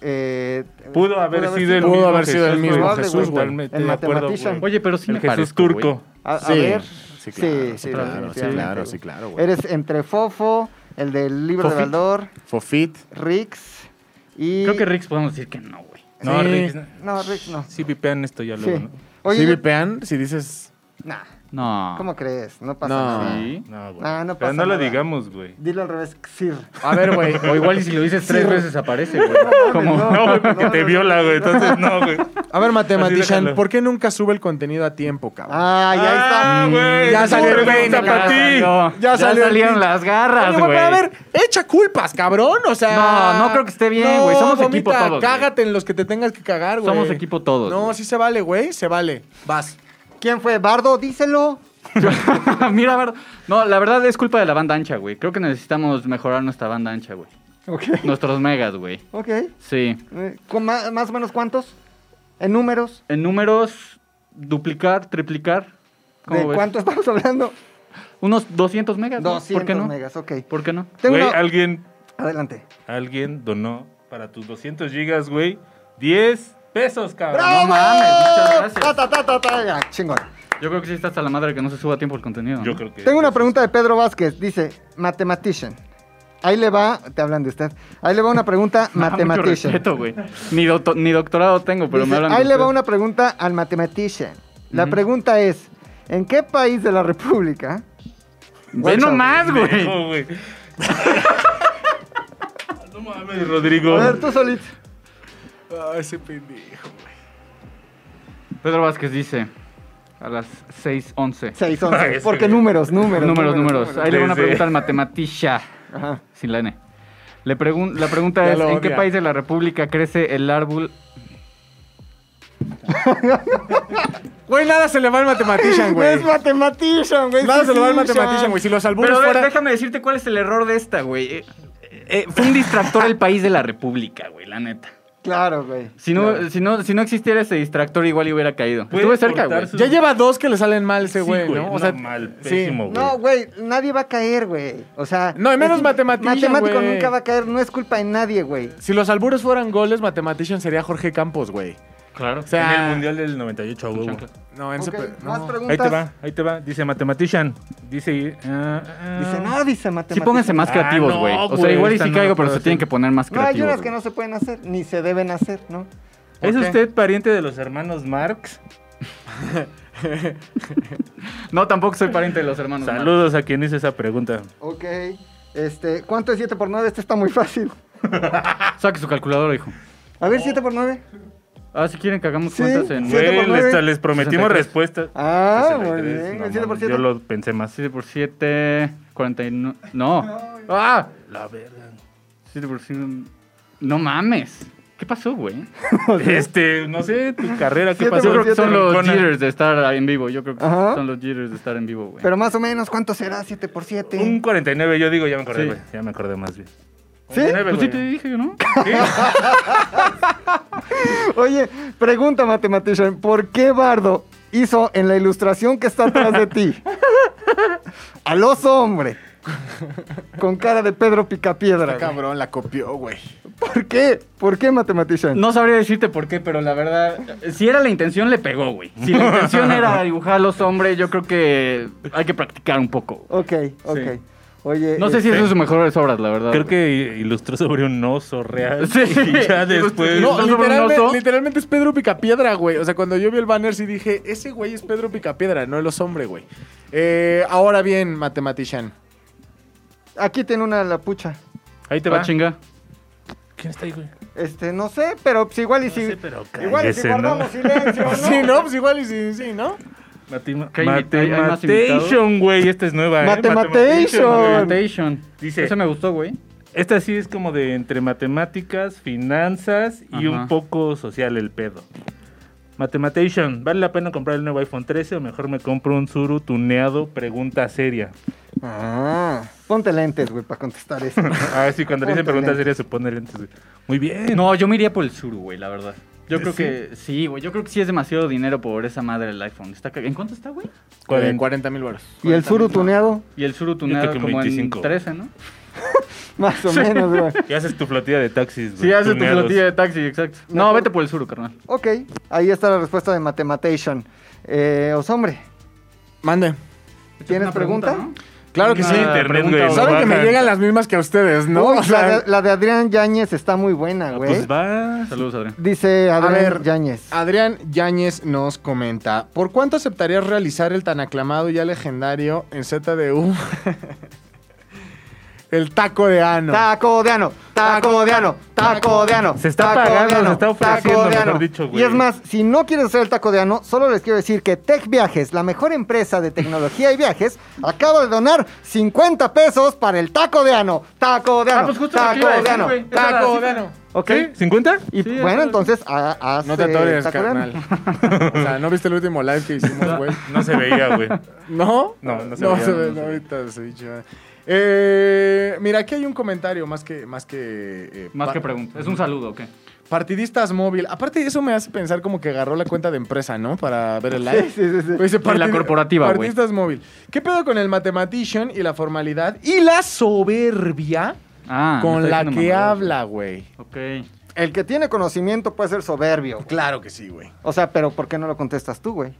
S3: Eh,
S5: Pudo haber sido el
S4: Pudo
S5: mismo
S4: haber sido el
S5: Jesús,
S4: mismo
S5: güey.
S4: Jesús, güey.
S5: Totalmente
S3: El
S5: de acuerdo,
S3: Mathematician.
S5: güey.
S2: Oye, pero sí
S5: el
S2: me
S5: Jesús
S2: parezco, güey.
S5: turco.
S3: A, a ver. sí, sí,
S4: Sí, claro, claro, sí,
S3: definitivamente,
S4: claro,
S3: güey.
S4: sí, claro, güey.
S3: Eres entre Fofo, el del libro de
S4: Fofit.
S3: Baldor,
S4: Fofit.
S3: Rix y...
S2: Creo que Rix podemos decir que no, güey.
S5: No,
S4: Sí.
S5: Rick,
S3: No, Rix no.
S5: sí pipean esto ya luego,
S3: Sí.
S5: ¿no?
S4: si
S3: Oye, yo-
S4: vipean, si dices.
S3: nah,
S2: No.
S3: ¿cómo crees? No pasa
S4: No.
S3: nada.
S2: Sí.
S5: No, güey.
S3: Ah, no
S5: Pero
S3: pasa
S5: no lo
S3: nada.
S5: digamos, güey.
S3: Dilo al revés, Xir.
S4: A ver, güey.
S2: O igual y si lo dices tres
S3: Sí.
S2: veces aparece, güey. Como-
S5: No, güey,
S3: no,
S5: porque
S3: no,
S5: te
S3: no,
S5: viola,
S3: no,
S5: güey. Entonces, no, güey.
S4: A ver,
S5: Así déjalo.
S4: Matematician, ¿por qué nunca sube el contenido a tiempo, cabrón?
S3: Ah, ya está.
S5: Ah,
S4: Ya
S5: güey. es una
S4: salió el
S5: pregunta
S4: veinte,
S5: para
S4: ya
S5: ti.
S2: salió.
S4: Ya
S2: Ya,
S4: salió el
S2: salieron
S4: pin.
S2: las
S4: Oye,
S2: garras,
S4: güey,
S2: güey.
S4: pero a ver, echa culpas, cabrón. O sea.
S2: No, no creo que esté bien, güey, somos equipo todos, güey.
S4: Cágate en los que te tengas que cagar, güey.
S2: Somos equipo todos,
S4: No,
S2: güey.
S4: sí se vale, güey. Se vale. Vas.
S3: ¿Quién fue? Bardo, díselo.
S2: Mira, Bardo. No, la verdad es culpa de la banda ancha, güey. Creo que necesitamos mejorar nuestra banda ancha, güey.
S3: Ok.
S2: Nuestros megas, güey.
S3: Ok.
S2: Sí.
S3: Eh, ¿con ma- más o menos cuántos? ¿En números?
S2: En números, duplicar, triplicar. ¿Cómo
S3: ¿De
S2: ves?
S3: cuánto estamos hablando?
S2: Unos 200 megas. ¿no?
S3: 200
S2: ¿Por qué no?
S3: megas, ok.
S2: ¿Por qué no?
S3: Tengo
S5: Güey,
S3: una-
S5: alguien,
S3: Adelante.
S5: alguien donó para tus 200 gigas, güey, 10 pesos, cabrón.
S3: ¡Bravo!
S2: mames, muchas gracias.
S3: Ta, ta, ta, ta, ta, ya, chingón.
S2: Yo creo que sí está hasta la madre que no se suba a tiempo el contenido. ¿no?
S5: Yo creo que...
S3: Tengo una pregunta de Pedro Vázquez. Dice, Mathematician. Ahí le va, te hablan de usted. Ahí le va una pregunta
S2: Ah, mucho
S3: Mathematician.
S2: respeto, güey. Ni, docto- ni doctorado tengo, pero
S3: Dice,
S2: me hablan. de
S3: ahí le va
S2: usted.
S3: una pregunta al Mathematician. La pregunta es, ¿en qué país de la República?
S2: Ve nomás, güey.
S5: Pendejo, güey. no mames, Rodrigo.
S3: A ver, tú solito.
S4: Ay, ese pendejo.
S2: Pedro Vázquez dice a las 6:11.
S3: Seis,
S5: Ay,
S3: once.
S5: ese
S3: Porque
S5: güey.
S3: números, números.
S2: Números, números. Ahí le va una
S5: Desde-
S2: pregunta al matematician.
S3: Ajá.
S2: Sin la N. Le pregun- la pregunta
S4: Ya
S2: es,
S4: lo
S2: ¿en qué
S4: odia.
S2: país de la República crece el árbol?
S4: Güey, nada se le va al Matematician,
S3: No
S4: güey.
S3: es Mathematician, güey.
S4: Nada se le va al
S3: Physician.
S4: Matematician, güey. Si los albures
S2: Pero a ver,
S4: fuera.
S2: déjame decirte cuál es el error de esta, güey. Eh, eh, fue un distractor el país de la República, güey, la neta.
S3: Claro, güey.
S2: Si no, si no, si no existiera ese distractor, igual y hubiera caído.
S5: Puede
S2: Estuve cerca,
S5: cortar
S2: güey.
S5: su-
S4: Ya lleva dos que le salen mal ese
S5: Sí,
S4: güey,
S5: güey,
S4: ¿no?
S5: no, mal,
S4: sí.
S5: pésimo, güey.
S3: No, güey, nadie va a caer, güey. O sea...
S4: No, y menos
S3: es-
S4: Mathematician,
S3: Matemático
S4: güey.
S3: nunca va a caer, no es culpa de nadie, güey.
S4: Si los albures fueran goles, Matematician sería Jorge Campos, güey.
S5: Claro.
S4: sea,
S5: en el mundial del 98 a huevo.
S2: chanclas.
S4: No, en
S3: Ok,
S4: super-
S5: pues,
S4: no.
S3: más
S5: Ahí
S3: preguntas.
S5: te va, ahí te va. Dice Mathematician. Dice. ah, ah.
S3: Dice, no, dice matemáticas.
S2: Sí, pónganse más
S5: Ah,
S2: creativos,
S5: no,
S2: güey. o sea,
S5: güey,
S2: igual y
S5: esta
S2: sí
S5: no la
S2: caigo,
S5: puedo
S2: pero se
S5: hacer.
S2: tienen que poner más
S3: No, hay
S2: creativos.
S3: unas que
S2: güey.
S3: no se pueden hacer, ni se deben hacer, ¿no?
S5: ¿Es
S4: Ok.
S5: usted pariente de los hermanos Marx?
S2: No, tampoco soy pariente de los hermanos. Marx.
S5: Saludos a quien hizo esa pregunta.
S3: Ok. Este, ¿cuánto es 7 por 9? Este está muy fácil.
S2: Saque su calculadora, hijo.
S3: A ver, 7 por 9.
S2: Ah, si quieren que hagamos
S3: Sí.
S2: cuentas en...
S3: Sí. Siete
S5: Güey,
S3: por
S5: les,
S3: nueve.
S5: les prometimos
S2: 63.
S5: respuestas.
S3: Ah, muy
S5: 63,
S3: bien.
S5: no
S3: el 7 por
S5: mames,
S3: 7.
S5: Yo lo pensé más.
S2: 7 por 7, 49... No. ¡Ah!
S5: La verga.
S2: 7 por 7... No mames. ¿Qué pasó, güey?
S5: Este, no sé, tu carrera, ¿qué
S3: Siete
S5: pasó?
S2: Yo
S3: por
S2: creo que son los
S5: Roncona.
S2: jitters de estar en vivo. Yo creo que
S3: Ajá.
S2: son los jitters de estar en vivo, güey.
S3: Pero más o menos, ¿cuánto será 7 por 7?
S5: Un 49, yo digo, ya me acordé,
S2: Sí.
S5: güey. Ya me acordé más bien.
S3: ¿Sí?
S5: 49,
S2: Pues sí te
S5: güey.
S2: dije, ¿no?
S3: Oye, pregunta, matematician, ¿por qué Bardo hizo en la ilustración que está atrás de ti a los hombres con cara de Pedro Picapiedra? güey?
S4: Está Este cabrón, la copió, güey.
S3: ¿Por qué? ¿Por qué, matematician?
S2: No sabría decirte por qué, pero la verdad, si era la intención, le pegó, güey. Si la intención era dibujar a los hombres, yo creo que hay que practicar un poco.
S3: Ok, ok.
S5: Sí.
S3: Oye,
S2: No sé si
S3: eh,
S2: eso es su mejores obras, la verdad.
S5: Creo
S2: güey.
S5: que ilustró sobre un oso real.
S2: Sí.
S5: Y ya después.
S4: No,
S2: ¿Estás sobre un oso?
S4: literalmente, literalmente es Pedro Picapiedra, güey. O sea, cuando yo vi el banner sí dije, ese güey es Pedro Picapiedra, no el osombre, güey. Eh, ahora bien, matematician.
S3: aquí tiene una la pucha.
S5: Ahí te
S2: Ah,
S5: va.
S2: chinga.
S5: ¿Quién está ahí, güey?
S3: Este, no sé, pero pues, igual y si.
S5: sé, pero
S3: igual y si
S5: cállese, ¿no?
S3: guardamos silencio, ¿no?
S4: Sí, ¿no? Pues igual y sí, sí, ¿no?
S5: Matima-
S2: ¿Qué hay- hay- hay más
S5: Matemation, güey. Esta es nueva. ¿eh?
S3: Matemation.
S2: Este,
S5: Matemation, güey.
S2: Plantation.
S5: Dice-
S2: Ese me gustó, güey.
S5: Esta sí es como de entre matemáticas, finanzas y
S2: Ajá.
S5: un poco social el pedo. Matemation, ¿vale la pena comprar el nuevo iPhone 13 o mejor me compro un Zuru tuneado? Pregunta seria.
S3: Ah, ponte lentes, güey, para contestar eso.
S5: Ah, sí, cuando le
S3: Ponte
S5: dicen pregunta
S3: lentes.
S5: seria se pone lentes. güey. Muy bien.
S2: No, yo me iría por el sur, güey, la verdad. Yo creo
S5: ¿Sí?
S2: que sí, güey. Yo creo que sí es demasiado dinero por esa madre del iPhone. Está ca- ¿En cuánto está, güey?
S5: Eh, Cuarenta.
S4: 40 Eh, mil baros.
S3: ¿Y el suru tuneado?
S2: Y el sur
S5: creo
S2: tuneado
S5: que
S2: como
S5: 25.
S2: en 13, ¿no?
S3: Más o menos, güey.
S5: Y haces tu flotilla de taxis, güey.
S2: Sí, hace tu
S5: tuneados.
S2: flotilla de taxi, exacto. No,
S3: Mejor-
S2: vete por el sur, carnal.
S3: Ok, ahí está la respuesta de Matemation. Eh, Osombre,
S4: Mande.
S3: ¿Tienes
S2: Una
S3: pregunta?
S4: Claro que
S3: Ah,
S2: Una
S4: sí.
S5: Ah, internet,
S2: pregunta,
S5: güey,
S2: o-
S4: Saben que me
S5: bajan.
S4: llegan las mismas que a ustedes, ¿no?
S3: Uy,
S4: O sea,
S3: la, de, la de Adrián Yáñez está muy buena,
S5: Ah,
S3: güey.
S5: Pues vas.
S2: Saludos, Adrián.
S3: Dice Adrián
S4: ver. Ah,
S3: Yáñez.
S4: Adrián Yáñez nos comenta, ¿por cuánto aceptarías realizar el tan aclamado y ya legendario en ZDU? el taco de ano.
S3: Taco de ano, taco de ano, taco de ano.
S5: Se está
S3: taco de
S5: pagando,
S3: ano,
S5: se está ofreciendo,
S3: taco de
S5: mejor
S3: ano.
S5: dicho, güey.
S3: Y es más, si no quieres hacer el taco de ano, solo les quiero decir que Tech Viajes, la mejor empresa de tecnología y viajes, acaba de donar 50 pesos para el taco de ano. Taco de ano,
S2: Ah, pues justo lo que
S3: taco
S2: iba a
S3: de
S2: decir,
S3: ano,
S2: güey. Esa
S5: Ah,
S2: era la
S3: taco de
S2: cifra.
S3: ano. ¿Ok?
S5: ¿Qué? ¿50?
S3: Y
S2: Sí, eso
S3: bueno,
S2: es.
S3: entonces, a,
S4: No te atores,
S3: taco de ano.
S4: carnal. O sea, ¿no viste el último live que hicimos, güey?
S5: No se veía, güey.
S4: ¿No?
S5: No, no se
S4: no
S5: veía,
S4: se
S5: no,
S4: ve.
S5: no
S4: no,
S5: se ve.
S4: ahorita se dicho. Eh, mira, aquí hay un comentario más que... Más que, eh,
S2: Más
S4: pa-
S2: que pregunta. Es un saludo, ¿ok?
S4: Partidistas móvil. Aparte, eso me hace pensar como que agarró la cuenta de empresa, ¿no? Para ver el live.
S3: Sí, sí, sí, sí.
S4: Güey, dice,
S2: De la
S4: "Partid-
S2: corporativa, güey".
S4: Partidistas móvil. ¿Qué pedo con el mathematician y la formalidad y la soberbia
S2: Ah. me
S4: con
S2: está
S4: la
S2: diciendo
S4: que
S2: mamador.
S4: habla, güey?
S2: Ok.
S3: El que tiene conocimiento puede ser soberbio.
S4: Claro que sí, güey.
S3: O sea, pero ¿por qué no lo contestas tú, güey?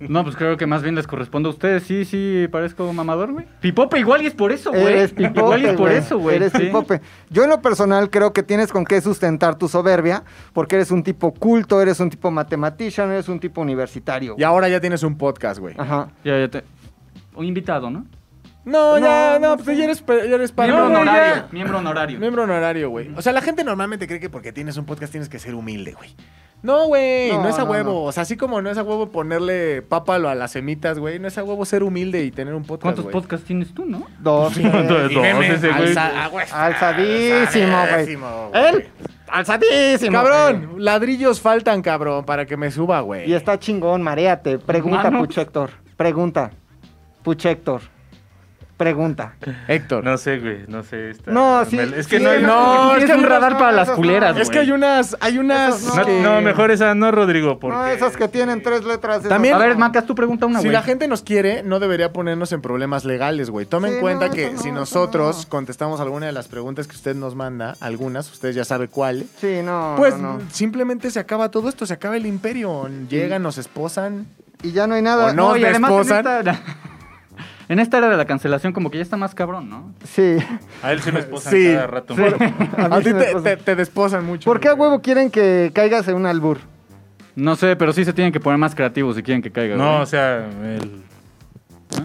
S2: No, pues creo que más bien les corresponde a ustedes. Sí, sí, parezco mamador, güey. Pipope, igual y es por eso, güey.
S3: Eres pipope.
S2: Igual y es por
S3: güey.
S2: eso, güey.
S3: Eres
S2: Sí.
S3: pipope. Yo en lo personal creo que tienes con qué sustentar tu soberbia, porque eres un tipo culto, eres un tipo matematician, eres un tipo universitario.
S4: Y
S3: güey.
S4: ahora ya tienes un podcast, güey.
S3: Ajá.
S2: Ya, ya te... Un invitado, ¿no?
S4: No, ya,
S3: No,
S4: no,
S3: no
S4: pues ya eres, pe- ya eres padre.
S2: Miembro
S4: No, güey,
S2: honorario.
S4: ya.
S2: Miembro honorario.
S4: Miembro honorario, güey. O sea, la gente normalmente cree que porque tienes un podcast tienes que ser humilde, güey. No, güey, no,
S3: No,
S4: es a
S3: no,
S4: huevo.
S3: no.
S4: O sea, así como no es a huevo ponerle pápalo a las semitas, güey, no es a huevo ser humilde y tener un podcast.
S2: ¿Cuántos
S4: güey.
S2: podcasts tienes tú, no?
S3: Dos. tres.
S5: Entonces, dos, ese güey.
S4: Alza- ah, güey.
S3: Alzadísimo, güey.
S4: Alzadísimo, güey.
S3: Él, alzadísimo.
S4: Cabrón, ladrillos faltan, cabrón, para que me suba, güey.
S3: Y está chingón, mareate. Pregunta,
S2: Mano.
S3: Puchector. Pregunta, Puchector. Pregunta.
S4: Héctor.
S5: No sé, güey, no sé. Esta...
S3: No, sí,
S5: Es
S3: sí,
S5: que no hay.
S4: no, es que
S3: esas
S4: un radar
S3: no,
S4: para las
S3: esas
S4: culeras,
S3: no.
S4: Es que hay unas, hay unas...
S3: Esas
S5: No,
S4: que-
S5: no, mejor esa no, Rodrigo. Porque...
S3: No, esas que tienen tres letras. esas
S4: También-
S2: A
S3: no.
S2: ver, Maca, tú pregunta una,
S4: si
S2: güey.
S4: la gente nos quiere, no debería ponernos en problemas legales, güey. Tomen
S3: Sí,
S4: en cuenta
S3: no,
S4: que
S3: eso no,
S4: si
S3: eso
S4: nosotros
S3: no.
S4: contestamos alguna de las preguntas que usted nos manda, algunas, usted ya sabe cuál,
S3: Sí, no.
S4: pues
S3: no, no.
S4: simplemente se acaba todo esto, se acaba el imperio. Llegan, nos esposan.
S3: Y ya no hay nada.
S4: O no.
S2: y además
S4: esposan.
S2: En esta, en esta era de la cancelación, como que ya está más cabrón, ¿no?
S3: Sí.
S5: A él se me esposan
S4: Sí,
S5: cada rato.
S2: sí.
S4: A,
S3: mí
S4: ti
S3: sí me
S4: te,
S3: pasa.
S4: te- te desposan mucho.
S3: ¿Por qué a
S4: güey.
S3: huevo quieren que caigas en un albur?
S2: No sé, pero sí se tienen que poner más creativos si quieren que caiga.
S5: No,
S2: güey.
S5: o sea, el-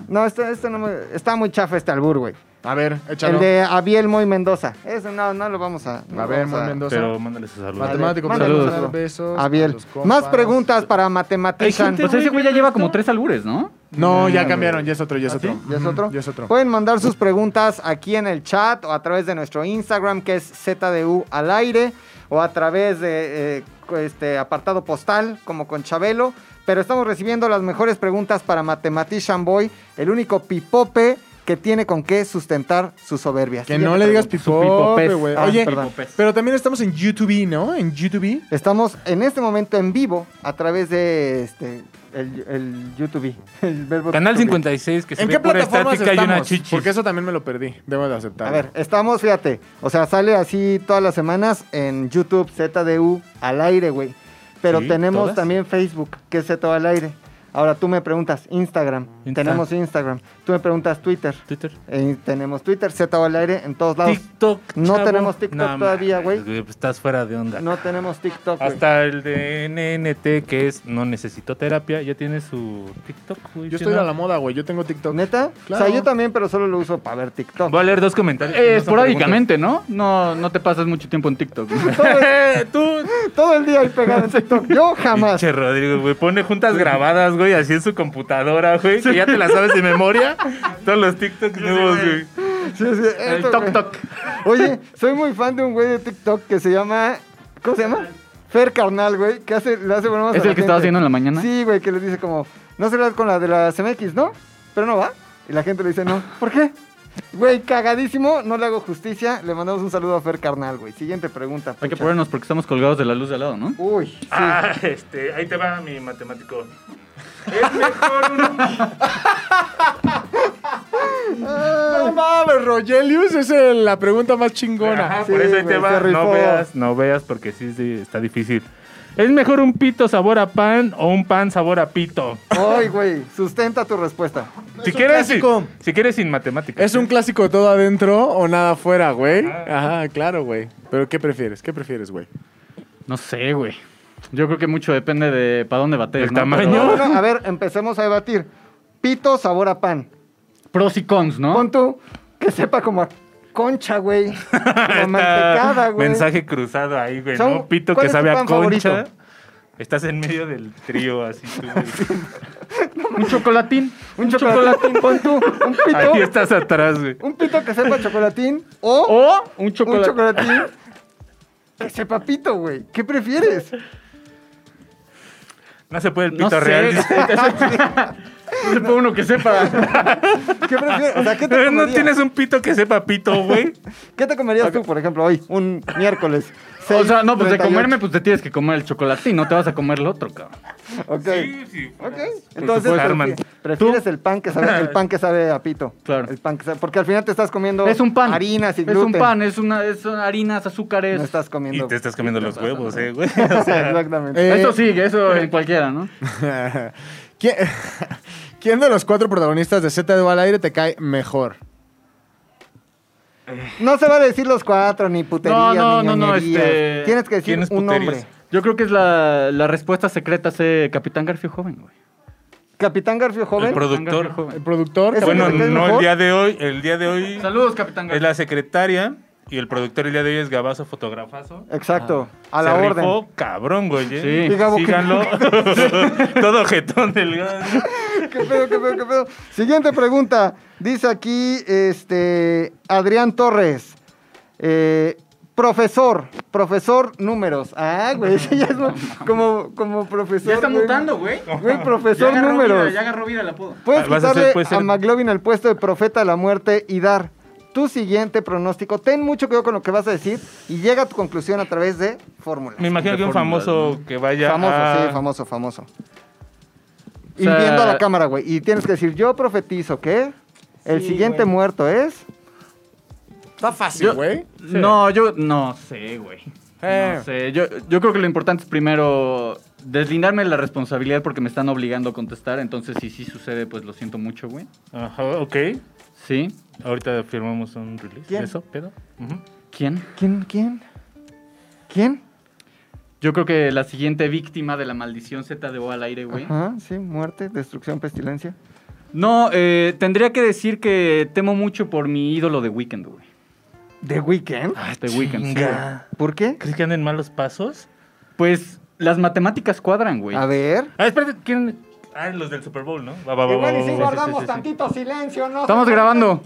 S3: No, este, este no me- está muy chafa este albur, güey.
S4: A ver, échalo.
S3: El de Abiel Moy Mendoza. Eso no, no lo vamos a. no
S4: A
S3: lo
S4: ver,
S3: vamos
S4: Mon Mendoza.
S5: pero mándale sus saludos.
S4: Matemático,
S3: Mándale
S2: un
S4: saludos.
S3: saludo.
S4: Besos. a
S3: Abiel.
S4: los compas.
S3: Más preguntas para
S2: Hay
S3: matematizan.
S2: gente, o sea, Pues ese güey ya lleva como tres albures, ¿no?
S4: No, ya cambiaron, ya es otro, ya es
S2: ¿Ah, sí?
S4: otro.
S3: ¿Ya es otro? Pues,
S4: Ya es otro.
S3: Pueden mandar sus preguntas aquí en el chat o a través de nuestro Instagram que es ZDU al aire o a través de eh, este apartado postal como con Chabelo. Pero estamos recibiendo las mejores preguntas para Mathematician Boy, el único pipope que tiene con qué sustentar su soberbia.
S4: Que
S3: Siguiente
S4: no le digas
S3: pregunta.
S4: pipope,
S2: pipopez.
S4: güey.
S3: Ah,
S4: Oye,
S3: perdón.
S4: pero también estamos en YouTube, ¿no? En YouTube.
S3: Estamos en este momento en vivo a través de este el, el YouTube. El verbo
S5: Canal
S3: YouTube.
S5: 56, que se
S4: ¿En
S5: ve
S4: qué
S5: pura
S4: plataformas
S5: estática y una
S4: estamos?
S5: chichis.
S4: Porque eso también me lo perdí, debo de aceptar.
S3: A ver, estamos, fíjate, o sea, sale así todas las semanas en YouTube ZDU al aire, güey. Pero
S5: Sí,
S3: tenemos
S5: todas.
S3: también Facebook, que es ZDU al aire. Ahora tú me preguntas Instagram,
S5: Insta.
S3: tenemos Instagram. Tú me preguntas Twitter,
S5: Twitter.
S3: eh, tenemos Twitter, ZDU al aire en todos lados.
S5: TikTok.
S3: No
S5: chavo.
S3: tenemos TikTok
S5: No,
S3: todavía, güey.
S5: mames, pues Estás fuera de onda.
S3: No tenemos TikTok. güey.
S5: Hasta el de NNT, que es No Necesito Terapia, ya tiene su TikTok, güey.
S4: Yo
S5: si
S4: estoy
S5: no-
S4: a la moda, güey. Yo tengo TikTok.
S3: ¿Neta?
S4: Claro.
S3: O sea, yo también, pero solo lo uso para ver TikTok.
S5: Voy a leer dos comentarios. que
S2: Eh,
S5: no son
S2: esporádicamente, ¿no? No no te pasas mucho tiempo en TikTok. güey.
S3: Todo el día ahí pegado en TikTok. Yo
S5: preguntas.
S3: jamás.
S5: Pinche Rodrigo, güey. Pone juntas grabadas, güey, así en su computadora, güey. Que ya te las sabes de memoria. Todos los TikToks nuevos, güey.
S3: Sí, sí,
S2: El
S3: esto,
S2: toc
S3: güey.
S2: toc.
S3: Oye, soy muy fan de un güey de TikTok que se llama. ¿Cómo se llama? Fer Carnal, güey, que hace, le hace bromas a
S2: ¿Es
S3: la
S2: el que estaba
S3: gente.
S2: haciendo en la mañana?
S3: Sí, güey, que les dice como, no serás con la de la CMX, ¿no? Pero no va. Y la gente le dice, no. ¿Por qué? Güey, cagadísimo, no le hago justicia. Le mandamos un saludo a Fer Carnal, güey. Siguiente pregunta.
S2: Hay que
S3: pucha.
S2: ponernos porque estamos colgados de la luz de al lado, ¿no?
S3: Uy, sí.
S5: Ah, este, ahí te va mi matemático. Es mejor una...
S4: No mames, Rogelius es el- la pregunta más chingona.
S5: Ajá,
S3: Sí,
S5: por eso ahí
S3: güey,
S5: te va.
S3: se
S5: No
S3: rifó.
S5: veas, no veas porque sí, sí, está difícil. ¿Es mejor un pito sabor a pan o un pan sabor a pito?
S3: Ay, güey, sustenta tu respuesta.
S5: Si
S4: un
S5: quieres, si,
S4: clásico.
S5: si quieres sin matemáticas.
S4: Es un clásico todo adentro o nada afuera, güey. Ajá, claro, güey. Pero ¿qué prefieres? ¿Qué prefieres, güey?
S2: No sé, güey. Yo creo que mucho depende de para dónde bates.
S5: ¿Del
S2: ¿no?
S5: tamaño?
S2: Pero
S3: Bueno, a ver, empecemos a debatir. Pito, sabor a pan.
S2: Pros y cons, ¿no?
S3: Pon tú que sepa como a concha, güey. Como a mantecada, güey.
S5: Mensaje cruzado ahí, güey.
S3: Son-
S5: ¿no? Pito
S3: ¿cuál
S5: que
S3: es tu
S5: sabe a
S3: pan
S5: concha.
S3: favorito?
S5: Estás en medio del trío, así tú. güey.
S2: Un chocolatín.
S3: Un chocolatín, pon tú. Un
S5: Ahí
S3: pito.
S5: estás atrás, güey.
S3: Un pito que sepa a chocolatín o
S2: O un
S3: un
S2: chocolatín.
S3: chocolatín que sepa a pito, güey. ¿Qué prefieres?
S5: No se puede el pito
S2: No sé.
S5: real. dice.
S2: Se pone uno que sepa.
S3: ¿Qué prefieres? O sea, ¿qué te
S5: "Eh, No,
S3: comerías?
S5: tienes un pito que sepa pito, güey.
S3: ¿Qué te comerías tú, por ejemplo, hoy? Un miércoles.
S2: O sea, no, pues de
S3: 6:38.
S2: comerme, pues te tienes que comer el chocolatín. No te vas a comer el otro, cabrón. pues,
S3: Ok.
S5: sí.
S3: Ok, entonces
S5: supuesto,
S3: prefi-
S5: Arman.
S3: prefieres el pan que sabe el pan que sabe a pito.
S2: Claro.
S3: El pan que sabe, porque al final te estás comiendo
S2: Es un pan.
S3: Oh, harinas y
S2: Es un
S3: gluten.
S2: pan, es una, es una- harinas, azúcares.
S3: No estás comiendo.
S5: Y te estás comiendo los huevos, eh, güey.
S3: Exactamente.
S4: Eh,
S2: Eso sí, eso en cualquiera, ¿no?
S4: ¿Quién, quién de los cuatro protagonistas de Z al aire te cae mejor?
S3: No se va a decir los cuatro, ni puterías,
S2: No, no,
S3: ni
S2: no, no,
S3: ñoñerías.
S2: este,
S3: Tienes que decir
S5: ¿quién es
S3: un
S5: puterías?
S3: nombre.
S2: Yo creo que es la, la respuesta secreta ese Capitán Garfio joven, güey.
S3: Capitán Garfio
S5: El
S3: Joven.
S2: Capitán
S5: productor.
S2: Garfio joven.
S4: El productor.
S3: Es-
S5: Bueno,
S3: ¿Ese que es
S5: no
S3: mejor?
S5: el día de hoy. El día de hoy
S2: Saludos, Capitán
S5: es
S2: Garfio.
S5: la secretaria y el productor el día de hoy es Gabazo Fotografazo.
S3: Exacto. A la
S5: Ah, Se
S3: orden.
S5: rifó, cabrón, güey. ¿eh?
S2: Sí.
S3: Y Gabo, ¿qué-
S5: Síganlo. Todo jetón del
S3: ¿Qué pedo, qué pedo, qué pedo? Siguiente pregunta. Dice aquí este Adrián Torres. eh, profesor, Profesor números. Ah, güey, ese ya es como, como profesor.
S7: Ya está
S3: güey.
S7: mutando, güey.
S3: Güey,
S7: Ya
S3: profesor
S7: agarró vida,
S3: números.
S7: ya agarró vida el apodo.
S3: Puedes
S5: Ah, Vas a
S3: quitarle
S5: ser-
S3: a,
S5: puede ser-
S3: McLovin al puesto de profeta de la muerte y dar tu siguiente pronóstico. Ten mucho cuidado con lo que vas a decir y llega a tu conclusión a través de fórmulas.
S5: Me imagino
S6: De
S5: que un
S6: fórmulas,
S5: famoso que vaya
S3: Famoso,
S5: a...
S3: sí, famoso, famoso. Y
S2: sea-
S3: viendo a la cámara, güey. Y tienes que decir, yo profetizo que el
S7: Sí,
S3: siguiente
S7: güey.
S3: muerto es...
S4: Está fácil, güey.
S2: No, yo no sé, güey.
S4: Eh.
S2: No sé. Yo, yo creo que lo importante es primero deslindarme de la responsabilidad porque me están obligando a contestar. Entonces, si sí sucede, pues lo siento mucho, güey.
S5: Ajá, ok.
S2: Sí.
S5: Ahorita firmamos un release.
S3: ¿Quién?
S5: ¿Eso, pedo? Ujú.
S2: ¿Quién?
S3: ¿Quién? ¿Quién? ¿Quién?
S2: Yo creo que la siguiente víctima de la maldición Z de O al aire, güey.
S3: Ajá, sí, muerte, destrucción, pestilencia.
S2: No, eh, tendría que decir que temo mucho por mi ídolo de Weekend, güey.
S3: ¿De
S5: Ah,
S3: Weekend?
S2: De Weekend. sí, güey.
S5: Chinga.
S3: ¿Por qué?
S5: ¿Crees que anden malos pasos?
S2: Pues las matemáticas cuadran, güey.
S3: A ver.
S5: Ah, espérate, ¿quién? Ah, los del Super Bowl, ¿no? Va, va, va, va, va, va, va, sí, sí, sí.
S3: silencio, ¿no?
S2: Estamos grabando.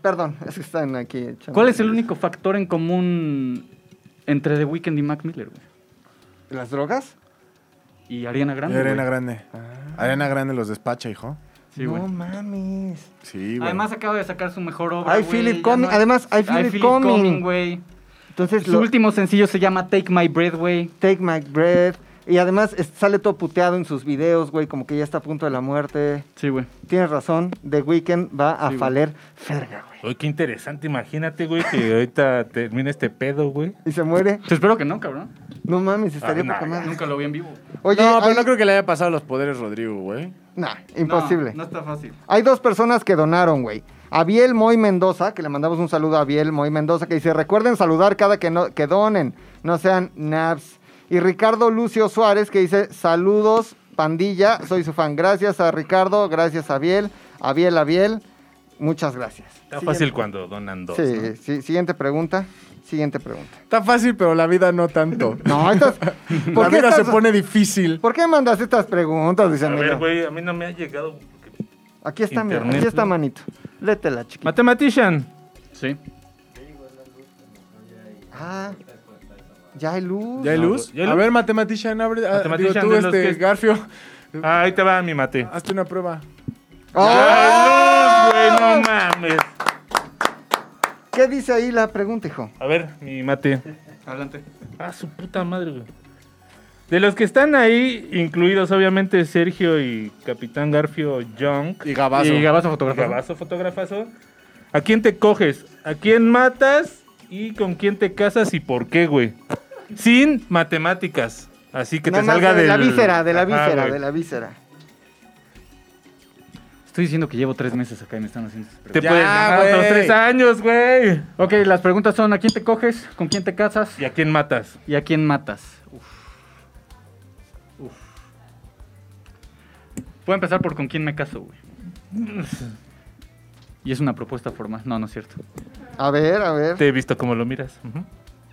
S3: Perdón, es que están aquí. echando-
S2: ¿Cuál es el único factor en común entre The Weeknd y Mac Miller, güey?
S3: ¿Las drogas?
S2: Y Ariana Grande.
S4: Y Arena
S2: güey.
S4: Grande.
S5: Ah.
S4: Arena Grande los despacha, hijo.
S2: Sí,
S3: no
S2: güey.
S3: mames.
S4: Sí, güey.
S2: Además acaba de sacar su mejor obra.
S3: I
S2: güey.
S3: feel it
S2: Ya
S3: coming.
S2: hay-
S3: Además, I feel it coming.
S2: güey.
S3: Entonces,
S2: Su
S3: lo-
S2: último sencillo se llama Take My Breath, güey.
S3: Take My Breath. Y además es- sale todo puteado en sus videos, güey, como que ya está a punto de la muerte.
S2: Sí, güey.
S3: Tienes razón, The Weeknd va a faler ferga, güey.
S5: Oye, qué interesante. Imagínate, güey, que ahorita termine este pedo, güey.
S3: Y se muere.
S2: Te espero que no, cabrón.
S3: No mames, estaría
S5: Ah, no,
S3: poca madre.
S2: Nunca lo vi en vivo.
S3: Oye,
S4: no, pero
S3: hay-
S4: no creo que le haya pasado los poderes Rodrigo, güey.
S3: Nah, imposible.
S2: No, no está fácil.
S3: Hay dos personas que donaron, güey. Abiel Moy Mendoza, que le mandamos un saludo a Abiel Moy Mendoza, que dice, recuerden saludar cada que, no- que donen, no sean naps. Y Ricardo Lucio Suárez, que dice, saludos, pandilla, soy su fan. Gracias a Ricardo, gracias a Abiel, Abiel, Abiel, muchas gracias.
S5: Está fácil cuando donan dos.
S3: Sí,
S5: ¿no?
S3: sí, siguiente pregunta, siguiente pregunta.
S4: Está fácil, pero la vida no tanto.
S3: No, estas...
S4: la
S3: ¿por, qué
S4: vida
S3: estas-
S4: se pone difícil.
S3: ¿Por qué mandas estas preguntas, dice
S5: A ver,
S3: Emilio?
S5: güey, a mí no me ha llegado. porque-
S3: Aquí está, mira,
S5: Internet,
S3: aquí está,
S5: ¿no?
S3: manito. Létela, chiquita.
S5: Mathematician.
S2: Sí.
S3: Ah, ya hay luz.
S4: ¿Ya hay
S5: No,
S4: luz?
S5: ¿ya hay
S4: A
S5: luz?
S4: ver, matematician, abre. ah, digo,
S5: Matematician
S4: tú,
S5: de los
S4: este,
S5: que-
S4: Garfio,
S5: Ah, ahí te va mi mate.
S4: hazte una prueba.
S3: Ah,
S5: ¡Ay, luz, güey! ¡No mames!
S3: ¿Qué dice ahí la pregunta, hijo?
S5: A ver, mi mate.
S2: Adelante.
S5: Ah, su puta madre, güey. De los que están ahí, incluidos obviamente Sergio y Capitán Garfio Young.
S4: Y Gabazo.
S2: Y Gabazo fotógrafo.
S5: Grabazo, fotógrafazo. ¿A quién te coges? ¿A quién matas? ¿Y con quién te casas y por qué, güey? Sin matemáticas. Así que
S3: Nada
S5: te
S3: más
S5: salga
S3: de la
S5: del-
S3: víscera, de la
S5: Ajá,
S3: víscera,
S5: güey.
S3: de la víscera.
S2: Estoy diciendo que llevo tres meses acá y me están haciendo esas
S5: Te
S2: preguntas.
S4: Ya,
S5: pueden ganar
S4: güey.
S5: los tres años, güey.
S2: Ok, las preguntas son: ¿a quién te coges? ¿Con quién te casas?
S5: ¿Y a quién matas?
S2: ¿Y a quién matas? Uf. Uf. Puedo empezar por con quién me caso, güey. Y es una propuesta formal. No, no es cierto.
S3: A ver, a ver.
S5: Te he visto cómo lo miras. Ujú.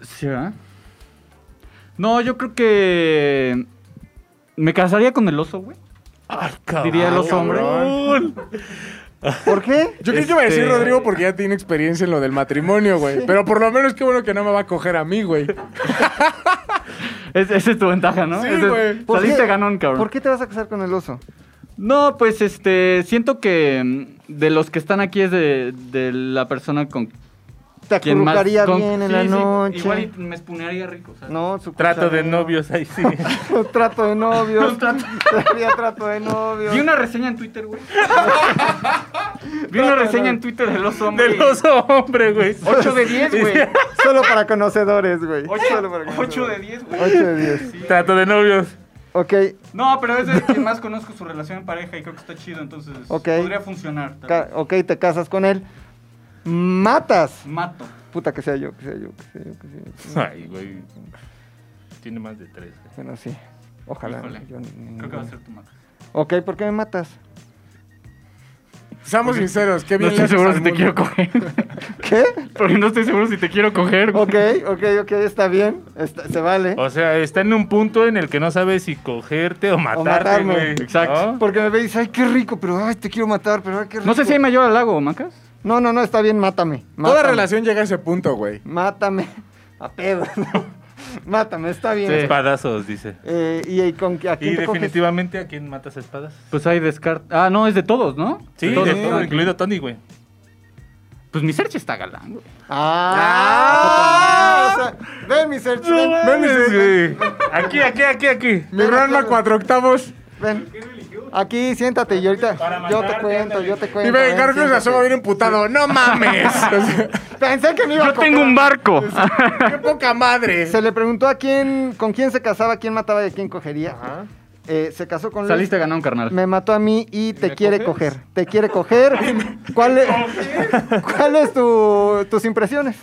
S2: ¿Sí, verdad? No, yo creo que. Me casaría con el oso, güey.
S5: Ay, cabrón.
S2: Diría el oso hombre.
S3: ¿Por qué?
S4: Yo creo que iba a decir
S2: Este-
S4: Rodrigo porque ya tiene experiencia en lo del matrimonio, güey. Pero por lo menos qué bueno que no me va a coger a mí, güey.
S2: Es- esa es tu ventaja, ¿no?
S4: Sí,
S2: Esa es-
S4: güey.
S3: ¿Por
S2: Saliste
S3: qué?
S2: ganón, cabrón.
S3: ¿Por qué te vas a casar con el oso?
S2: No, pues este. Siento que mm, de los que están aquí es de, de la persona con
S3: Te
S2: quien más.
S3: acurrucaría
S2: con-
S3: bien en
S2: Sí,
S3: la
S2: sí,
S3: noche.
S2: Igual y me espunearía rico, ¿sabes?
S3: No, su
S5: Trato
S3: cuchara,
S5: de
S3: no.
S5: novios, ahí sí.
S3: trato de novios. Todavía trato de novios.
S2: Vi una reseña en Twitter, güey. Vi una reseña en Twitter de los hombres.
S5: Del oso hombre, güey.
S2: 8 de 10, güey.
S3: Solo para conocedores, güey. Solo para
S2: 8 de 10, güey.
S3: 8 de 10.
S5: Trato de novios.
S3: Ok,
S2: No, pero es el que más conozco su relación en pareja y creo que está chido, entonces
S3: Ok.
S2: podría funcionar. tal
S3: ca-
S2: vez.
S3: ok, te casas con él. Matas.
S2: Mato.
S3: Puta, que sea yo, que sea yo, que sea yo, que sea yo.
S5: Ay, güey. Tiene más de tres. güey.
S3: Bueno, sí. Ojalá.
S2: Híjole.
S3: yo ni-
S2: Creo que va a ser tu mato.
S3: Ok, ¿por qué me matas?
S4: Seamos sinceros, qué bien. le haces al mundo.
S2: coger.
S3: ¿Qué?
S2: Porque no estoy seguro si te quiero coger,
S3: Ok, ok, ok, está bien. está- se vale.
S5: O sea, está en un punto en el que no sabe si cogerte o matarte,
S3: matarme.
S5: güey.
S2: Exacto.
S5: ¿No?
S3: Porque me ve y dice, ay, qué rico, pero ay, te quiero matar, pero ay, qué rico.
S2: No sé si hay mayor halago, Macas.
S3: No, no, no, está bien, mátame.
S4: Toda
S3: mátame,
S4: relación llega a ese punto, güey.
S3: Mátame. A pedo. Mátame, está bien.
S2: Sí.
S5: Espadazos, dice.
S3: Eh, y, y con que a quién
S5: Y
S3: te coges?
S5: definitivamente, ¿a quién matas a espadas?
S2: Pues hay descarte. Ah, no, es de todos, ¿no?
S5: Sí,
S2: De todos.
S5: de todo,
S2: Ah,
S5: incluido Tony, güey.
S2: Pues mi search está galán, güey.
S3: Ah, o sea, ven, mi search, ven,
S4: Ven, mi Serge.
S5: Aquí, aquí, aquí, aquí.
S4: Mi Ranma cuatro octavos.
S3: ven. Aquí siéntate y ahorita
S5: Para
S3: yo te
S5: matarte,
S3: cuento,
S5: ándale.
S3: yo te cuento.
S4: Y ve,
S3: ven,
S4: Garfield se
S3: siéntate.
S4: asoma bien emputado. ¡No mames! O sea,
S3: Pensé que me iba a
S2: Yo
S3: comprar.
S2: tengo un barco.
S4: ¡Qué poca madre!
S3: Se le preguntó a quién, con quién se casaba, quién mataba y a quién cogería. Eh, se casó con Luis.
S2: Saliste a ganar un carnal.
S3: Me mató a mí y te quiere coger. Te quiere coger. ¿Cuál es, ¿cuál es tu- tus impresiones?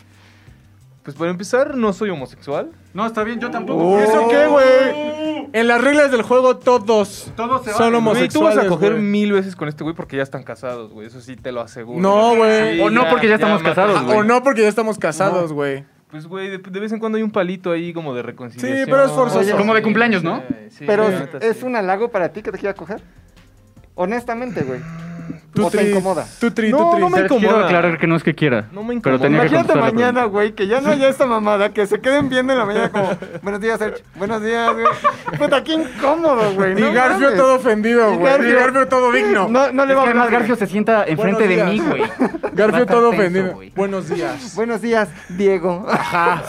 S7: Pues para empezar, no soy homosexual.
S2: No, está bien, yo
S4: Oh. ¿Y
S2: tampoco.
S4: eso qué, güey? En las reglas del juego, todos
S2: Todos se
S4: son
S2: valen.
S7: Güey,
S4: homosexuales.
S7: tú vas a coger
S4: güey.
S7: mil veces con este güey porque ya están casados, güey. Eso sí te lo aseguro.
S4: No, güey.
S2: O no, porque ya estamos
S7: matas-
S2: casados,
S7: Ah,
S4: O no, porque ya estamos casados, güey.
S7: Pues, güey, de, de vez en cuando hay un palito ahí como de reconciliación.
S4: Sí, pero es forzoso.
S3: Oye,
S2: Como de cumpleaños, ¿no?
S7: Sí,
S3: Pero
S7: la
S3: es,
S7: neta,
S3: es
S7: sí.
S3: un halago para ti que te quiera coger. Honestamente, güey.
S4: Tú
S3: ¿O te
S4: tri-
S3: incomoda?
S4: Tú tri,
S7: No,
S4: tú tri.
S7: no me-
S2: Serge, Quiero
S7: incomoda.
S2: aclarar que no es que quiera.
S7: No me
S2: Pero
S7: incomoda.
S2: tenía que
S3: Imagínate
S2: contestar la
S3: mañana, güey, que ya no haya esta mamada, que se queden viendo en la mañana como, buenos días, Sergio, buenos días, güey. Puta, qué incómodo, güey.
S4: Y
S3: no
S4: Garfio
S3: mames.
S4: todo ofendido,
S3: Y
S4: güey. Y
S3: Garfio-
S4: Garfio todo digno.
S3: No, no le
S2: Es
S3: va
S2: que
S3: a
S2: además
S3: hablar.
S2: Garfio se sienta enfrente de
S4: Buenos
S2: mí,
S4: días.
S2: güey. Va a
S4: Garfio
S2: estar
S4: todo
S2: tenso,
S4: ofendido.
S2: güey.
S4: Buenos días.
S3: Buenos días, Diego.
S4: Ajá.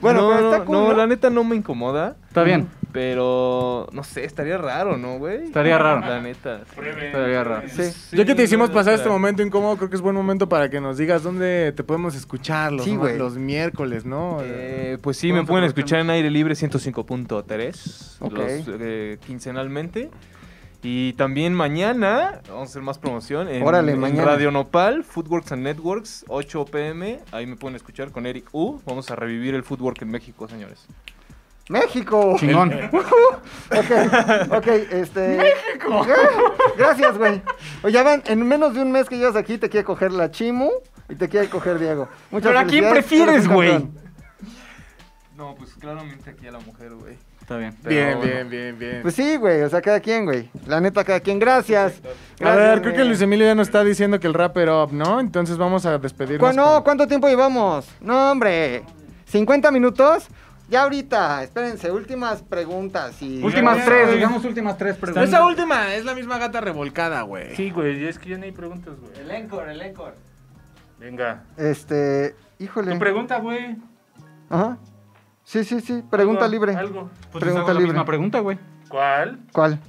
S3: Bueno,
S7: no,
S3: pero
S7: no,
S3: está cool,
S7: no,
S3: ¿no?
S7: la neta no me incomoda.
S2: Está bien.
S7: Pero, no sé, estaría raro, ¿no, güey?
S2: Estaría raro.
S7: La neta. sí.
S2: Estaría raro.
S3: Sí.
S4: Ya que te hicimos
S7: no,
S4: pasar este
S7: espera.
S4: momento incómodo, creo que es buen momento para que nos digas dónde te podemos escuchar los,
S3: Sí, güey.
S4: los miércoles, ¿no?
S7: Eh, pues sí, me
S4: Vamos a
S7: pueden
S4: aprovechar.
S7: escuchar en aire libre 105.3
S3: Ok.
S7: los, eh, quincenalmente. Y también mañana vamos a hacer más promoción en,
S3: Órale,
S7: en
S3: mañana.
S7: Radio Nopal, Footworks and Networks, 8 pm. Ahí me pueden escuchar con Eric U. Vamos a revivir el footwork en México, señores.
S3: México.
S2: Chingón.
S3: Ok, ok, este. ¡México! Gracias, güey. Oye, ya van, en menos de un mes que llevas aquí, te quiere coger la Chimu y te quiere coger Diego. Muchas
S2: Pero ¿a quién
S3: felicidades, tú eres
S2: prefieres,
S3: un
S2: güey?
S3: campeón.
S7: No, pues claramente aquí a la mujer, güey.
S2: Está bien.
S4: bien,
S7: pero
S4: bien, bien, bien.
S3: Pues sí, güey, o sea, cada quien, güey. La neta, cada quien. Gracias.
S4: a
S3: Gracias,
S4: ver, creo que
S3: güey.
S4: Luis Emilio ya nos está diciendo que el rapper up, ¿no? Entonces vamos a despedirnos.
S3: ¿Cu- no,
S4: con-
S3: ¿cuánto tiempo llevamos? No, hombre. ¿50 minutos? Ya ahorita, espérense, últimas preguntas y.
S2: Últimas
S5: Ya,
S2: tres,
S5: güey.
S2: digamos últimas tres preguntas.
S4: Esa última es la misma gata revolcada, güey.
S5: Sí, güey, es que ya no hay preguntas, güey. El Encore, el Encore. Venga.
S3: Este, híjole.
S5: Tu pregunta, güey.
S3: Ajá. Sí, sí, sí, pregunta
S5: Algo,
S3: libre.
S5: Algo.
S2: Pues les hago
S3: pregunta
S2: la
S3: libre.
S2: misma pregunta, güey.
S5: ¿Cuál?
S3: ¿Cuál?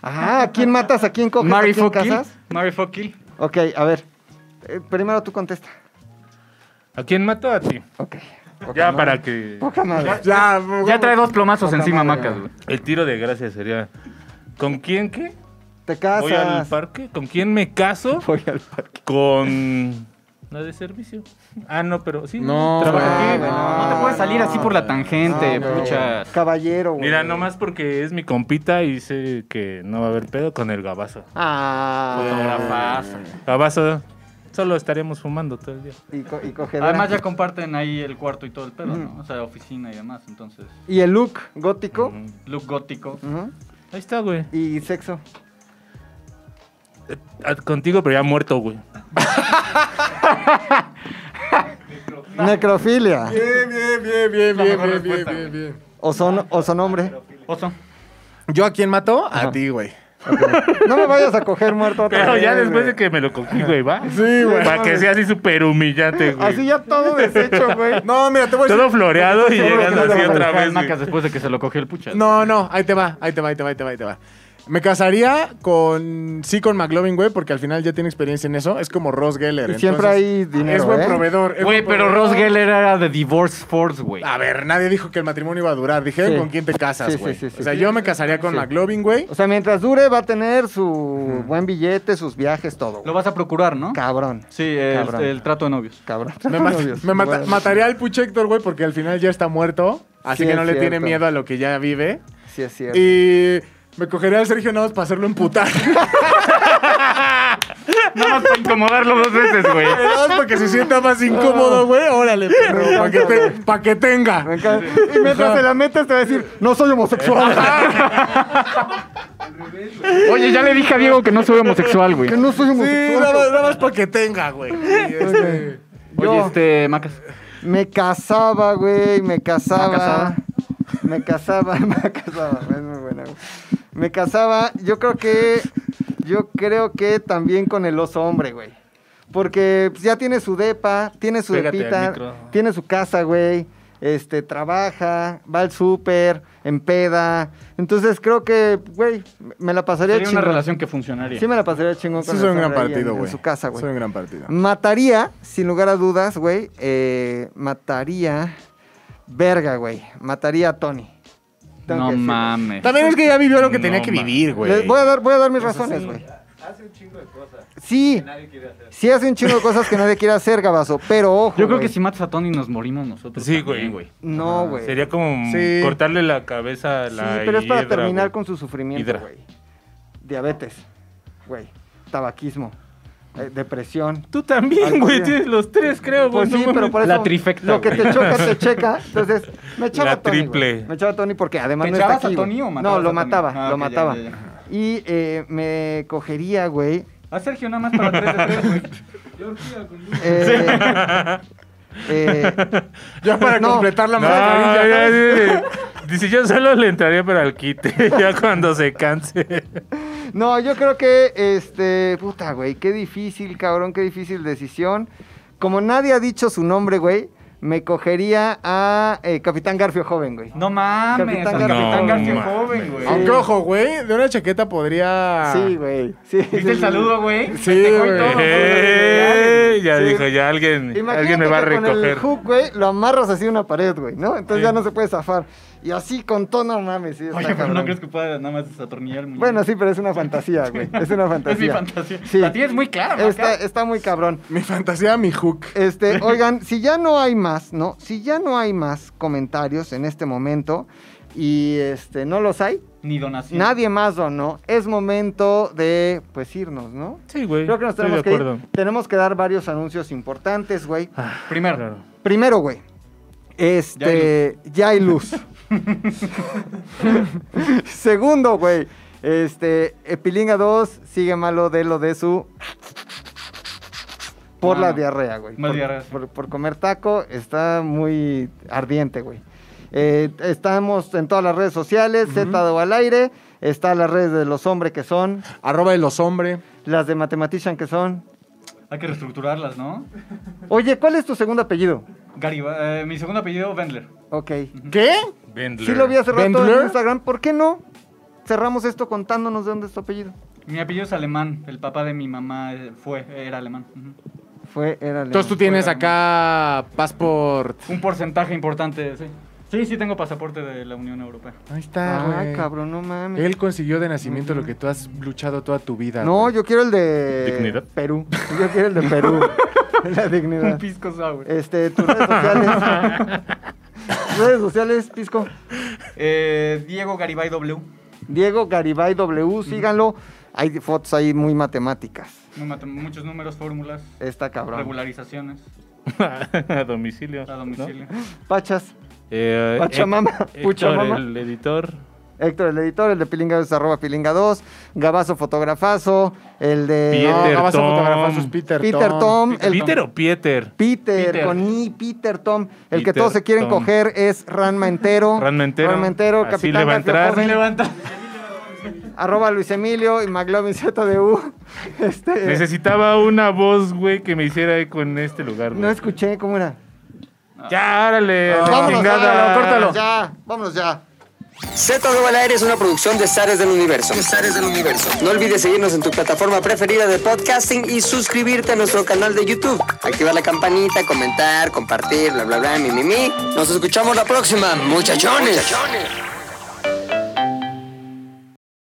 S3: Ah, ¿a quién matas? ¿A quién coges? ¿A
S2: Mary
S3: quién
S2: fuck kill.
S3: casas?
S2: Mary fuck kill.
S3: Ok, a ver. Eh, primero tú contesta.
S5: ¿A quién mato? A ti.
S3: Ok.
S5: ya para que.
S3: Poca madre.
S4: Ya,
S2: Ya trae dos plomazos
S3: Poca
S2: encima,
S3: madre,
S2: Macas,
S3: güey.
S2: güey.
S5: El tiro de gracia sería. ¿Con quién qué?
S3: Te
S5: Voy al
S3: casas.
S5: parque. ¿Con quién me caso? Voy al parque. Con. La de servicio. Ah, no, pero sí.
S4: No,
S2: Ah,
S5: trabaja aquí.
S3: güey, no.
S2: No te puedes salir así por la tangente,
S3: Ah, No, no,
S2: pucha.
S3: Caballero, güey.
S5: Mira, nomás porque es mi compita y sé que no va a haber pedo con el gabazo.
S3: Ah.
S5: Gabazo, solo estaremos fumando todo el día.
S3: Y, co y cogedora.
S2: Además ya comparten ahí el cuarto y todo el pedo, ¿no? O sea, oficina y demás, entonces.
S3: Y el look gótico.
S2: Look gótico.
S3: Ujú.
S5: Ahí está, güey.
S3: Y sexo.
S5: Eh, ah, Contigo, pero ya muerto, güey.
S3: Necrofilia.
S4: Bien, bien, bien, bien, bien, bien, bien, bien, bien.
S3: O son, o son hombre.
S2: Oso.
S4: ¿Yo a quién mató? A ti, güey.
S3: No me vayas a coger muerto otra
S5: Pero
S3: vez,
S5: ya después
S3: güey.
S5: de que me lo cogí, güey, ¿va?
S4: Sí, güey.
S5: Para que sea así súper humillante, güey.
S3: Así ya todo deshecho, güey.
S4: No, mira,
S3: Pues
S4: te voy a decir.
S5: Todo floreado y
S3: Seguro que
S5: llegando
S3: no te
S5: así
S3: vas a
S5: otra
S2: Acá
S5: vez,
S2: el Macas
S5: güey.
S2: después de que se lo cogió el pucha.
S4: No, no, ahí te va, ahí te va, ahí te va, ahí te va, ahí te va. Me casaría con. Sí, con McLovin, güey, porque al final ya tiene experiencia en eso. Es como Ross Geller.
S3: Y siempre
S4: entonces,
S3: hay dinero,
S4: Es buen
S3: ¿eh? pues,
S4: proveedor. es
S2: Güey,
S4: buen
S2: pero
S4: proveedor.
S2: Ross Geller era de Divorce Force, güey.
S4: A ver, nadie dijo que el matrimonio iba a durar. Dijeron
S3: Sí.
S4: con quién te
S3: Sí,
S4: casas,
S3: sí,
S4: güey.
S3: sí, sí,
S4: o sea,
S3: sí.
S4: yo me casaría con
S3: Sí.
S4: McLovin, güey.
S3: O sea, mientras dure va a tener su buen billete, sus viajes, todo.
S2: Lo
S3: güey.
S2: vas a procurar, ¿no?
S3: Cabrón.
S2: Sí, el,
S3: Cabrón.
S2: el trato de novios.
S3: Cabrón.
S4: Me, ma-
S3: Novios.
S4: me mata-
S3: Bueno,
S4: mataría al Puchector, güey, porque al final ya está muerto. Así
S3: Sí,
S4: que
S3: es
S4: no le tiene
S3: cierto.
S4: miedo a lo que ya vive.
S3: Sí, es cierto.
S4: Y me cogería al Sergio Navas para hacerlo emputar.
S2: Nada más para incomodarlo dos veces, güey.
S4: Nada más para que se sienta más incómodo, güey. Órale, perro. Para que, te- pa' que tenga.
S3: Me encanta. Y mientras se la metas te va a decir, no soy homosexual.
S2: Oye, ya le dije a Diego que no soy homosexual, güey.
S3: que no soy
S4: Sí, nada más,
S3: homosexual.
S4: para que tenga, güey. Y, este,
S2: Oye, este, Macas.
S3: Me casaba, güey, me casaba.
S2: ¿Ah, casaba?
S3: Me casaba, me casaba, es muy buena, güey. Me casaba, yo creo que, yo creo que también con el oso hombre, güey. Porque pues, ya tiene su depa, tiene su
S5: Pégate al
S3: depita,
S5: micro.
S3: tiene su casa, güey. Este, trabaja, va al súper, empeda. Entonces creo que, güey, me la pasaría
S2: Sería una
S3: chingón.
S2: relación que funcionaría.
S3: Sí me la pasaría chingón con
S4: Sí,
S3: el
S4: soy
S3: oso
S4: un gran
S3: hombre ahí en-
S4: partido,
S3: en
S4: güey.
S3: su casa, güey.
S4: Soy un gran partido.
S3: Mataría, sin lugar a dudas, güey. eh, mataría. Verga, güey. Mataría a Tony. Tengo
S2: no
S3: que decirlo.
S2: mames.
S4: También es que ya vivió lo que
S2: No,
S4: tenía que
S2: ma.
S4: vivir, güey.
S3: Les voy a dar, voy a dar mis razones, güey. Sí, sí hace un chingo de cosas que nadie quiere hacer, Gabazo, pero ojo.
S2: Yo creo
S3: güey.
S2: que si matas a Tony nos morimos nosotros.
S5: Sí,
S2: también,
S5: güey.
S3: No, güey.
S5: Sería como
S4: Sí.
S5: cortarle la cabeza a
S3: Pues, Sí,
S5: la
S3: pero es para
S5: hiedra,
S3: terminar
S5: güey.
S3: con su sufrimiento,
S5: Hidra.
S3: güey. Diabetes, güey. Tabaquismo, eh, depresión.
S5: Tú
S3: Ay,
S5: también, güey.
S3: güey.
S5: Tienes los tres, creo,
S3: Pues
S5: güey.
S3: sí,
S5: no
S3: pero
S5: mames.
S3: por eso.
S2: La trifecta,
S3: Lo que te
S2: güey.
S3: choca, te checa. Entonces, me echaba
S5: La
S3: a Tony. güey.
S5: triple.
S3: Me echaba a Tony porque además
S2: ¿Te
S3: no está
S2: echabas a
S3: aquí. güey.
S2: Tony o matabas
S3: no, lo
S2: a Tony?
S3: mataba,
S2: Ah,
S3: lo
S2: ok, ya,
S3: mataba.
S2: ya, ya.
S3: Y eh, me cogería, güey.
S2: A Sergio nada más para tres de tres, güey.
S3: eh, eh,
S4: Ya para
S3: No.
S4: completar la
S5: No,
S4: maravilla.
S5: ya, ya, ya. Dice, yo solo le entraría para el quite, ya cuando se canse.
S3: no, yo creo que, este, puta, güey, qué difícil, cabrón, qué difícil decisión. Como nadie ha dicho su nombre, güey, me cogería a eh, Capitán Garfio joven, güey.
S2: No mames.
S3: Capitán
S2: al
S3: Garfio.
S2: Capitán
S5: No
S2: Garfio
S5: mames.
S2: joven, güey.
S4: Aunque ojo, güey, de una chaqueta podría.
S3: Sí, güey. Sí, sí,
S2: ¿Viste el
S3: sí.
S2: saludo, güey?
S4: Sí,
S2: Festejó y
S4: güey.
S2: todo,
S5: Eh, ya
S3: Sí.
S5: dijo, ya alguien,
S3: Imagínate
S5: alguien me va a
S3: que Con el
S5: recoger.
S3: hook, güey, lo amarras así a una pared, güey, ¿no? Entonces
S5: Sí.
S3: ya no se puede zafar. Y así con tono, mames. sí, está
S2: Oye, pero
S3: cabrón.
S2: no crees que pueda nada más desatornillar el muñeco?
S3: Bueno, sí, pero es una fantasía, güey. Es una
S2: Es mi
S3: fantasía.
S2: fantasía.
S3: Sí. Este,
S2: La tienes muy clara, Maca.
S3: Está, está muy cabrón.
S4: Mi fantasía, mi hook.
S3: Este, oigan, si ya no hay más, ¿no? Si ya no hay más comentarios en este momento y este no los hay,
S2: Ni donación.
S3: nadie más o no, es momento de pues irnos, ¿no?
S5: Sí, güey.
S3: Creo que nos
S5: estoy de
S3: tenemos que,
S5: acuerdo.
S3: ir. tenemos que dar varios anuncios importantes, güey.
S2: Primero.
S3: Primero, güey. Este, ya hay luz. Segundo, güey. Este, Epilinga 2 sigue malo de lo de su. Por
S2: Ah,
S3: la
S2: no.
S3: diarrea, güey.
S2: Más
S3: Por-
S2: diarrea, sí.
S3: Por, por comer taco está muy ardiente, güey. Eh, estamos en todas las redes sociales, Z de O al aire. Está las redes de los hombres que son,
S4: Arroba de los hombres.
S3: las de Mathematician que son.
S2: Hay que reestructurarlas, ¿no?
S3: Oye, ¿cuál es tu segundo apellido?
S2: Gary, eh, mi segundo apellido, Wendler.
S3: Ok.
S4: ¿Qué?
S5: Bendler.
S3: Sí lo vi hace rato
S4: Bendler.
S3: en Instagram. ¿Por qué no cerramos esto contándonos de dónde es tu apellido?
S2: Mi apellido es alemán. El papá de mi mamá eh, fue, era alemán. Ujú.
S3: Fue, era
S4: Entonces tú tienes acá passport.
S2: Un porcentaje importante, sí. Sí, sí tengo pasaporte de la Unión Europea.
S4: Ahí está,
S3: Ah,
S4: güey.
S3: cabrón, no mames.
S4: Él consiguió de nacimiento lo que tú has luchado toda tu vida.
S3: No,
S4: güey.
S3: yo quiero el de
S5: ¿Dignidad?
S3: Perú. Yo quiero el de Perú. La
S2: Un
S3: dignidad.
S2: pisco sour.
S3: Este, tus redes sociales. redes sociales, Pisco.
S2: Eh, Diego Garibay W.
S3: Diego Garibay W, síganlo. Hay fotos ahí muy matemáticas.
S2: Muy mate- Muchos números, fórmulas,
S3: Está cabrón.
S2: regularizaciones
S5: a domicilio.
S2: a domicilio.
S3: Pachas,
S5: Eh,
S3: Pachamama,
S5: Héctor,
S3: Puchamama.
S5: el editor.
S3: Héctor el editor, el de Pilinga es arroba Pilinga 2, Gabazo fotografazo, el de...
S5: Bien.
S4: No,
S5: Peter
S4: Ah, vas a
S5: Tom.
S4: fotografar sus Peter,
S3: Peter Tom, el
S5: ¿Peter o Pieter?
S3: Peter,
S2: Peter.
S3: con I, Peter Tom. El que
S5: Peter
S3: todos se quieren
S5: Tom.
S3: coger es Ranma entero.
S5: Ranma entero.
S3: Ranma entero,
S5: Así
S3: Capitán
S5: le va a
S3: Garfio
S5: entrar.
S3: Joven,
S2: Levanta.
S3: arroba Luis Emilio y McLovin ZDU. Este,
S5: Necesitaba una voz, güey, que me hiciera eco en este lugar, güey.
S3: no escuché cómo era.
S5: Ya, órale. a la chingada.
S3: Ya, vámonos ya.
S1: Z al aire es una producción de Zares del Universo. del Universo. No olvides seguirnos en tu plataforma preferida de podcasting y suscribirte a nuestro canal de YouTube. Activar la campanita, comentar, compartir, bla bla bla, mi mi mi. Nos escuchamos la próxima, muchachones.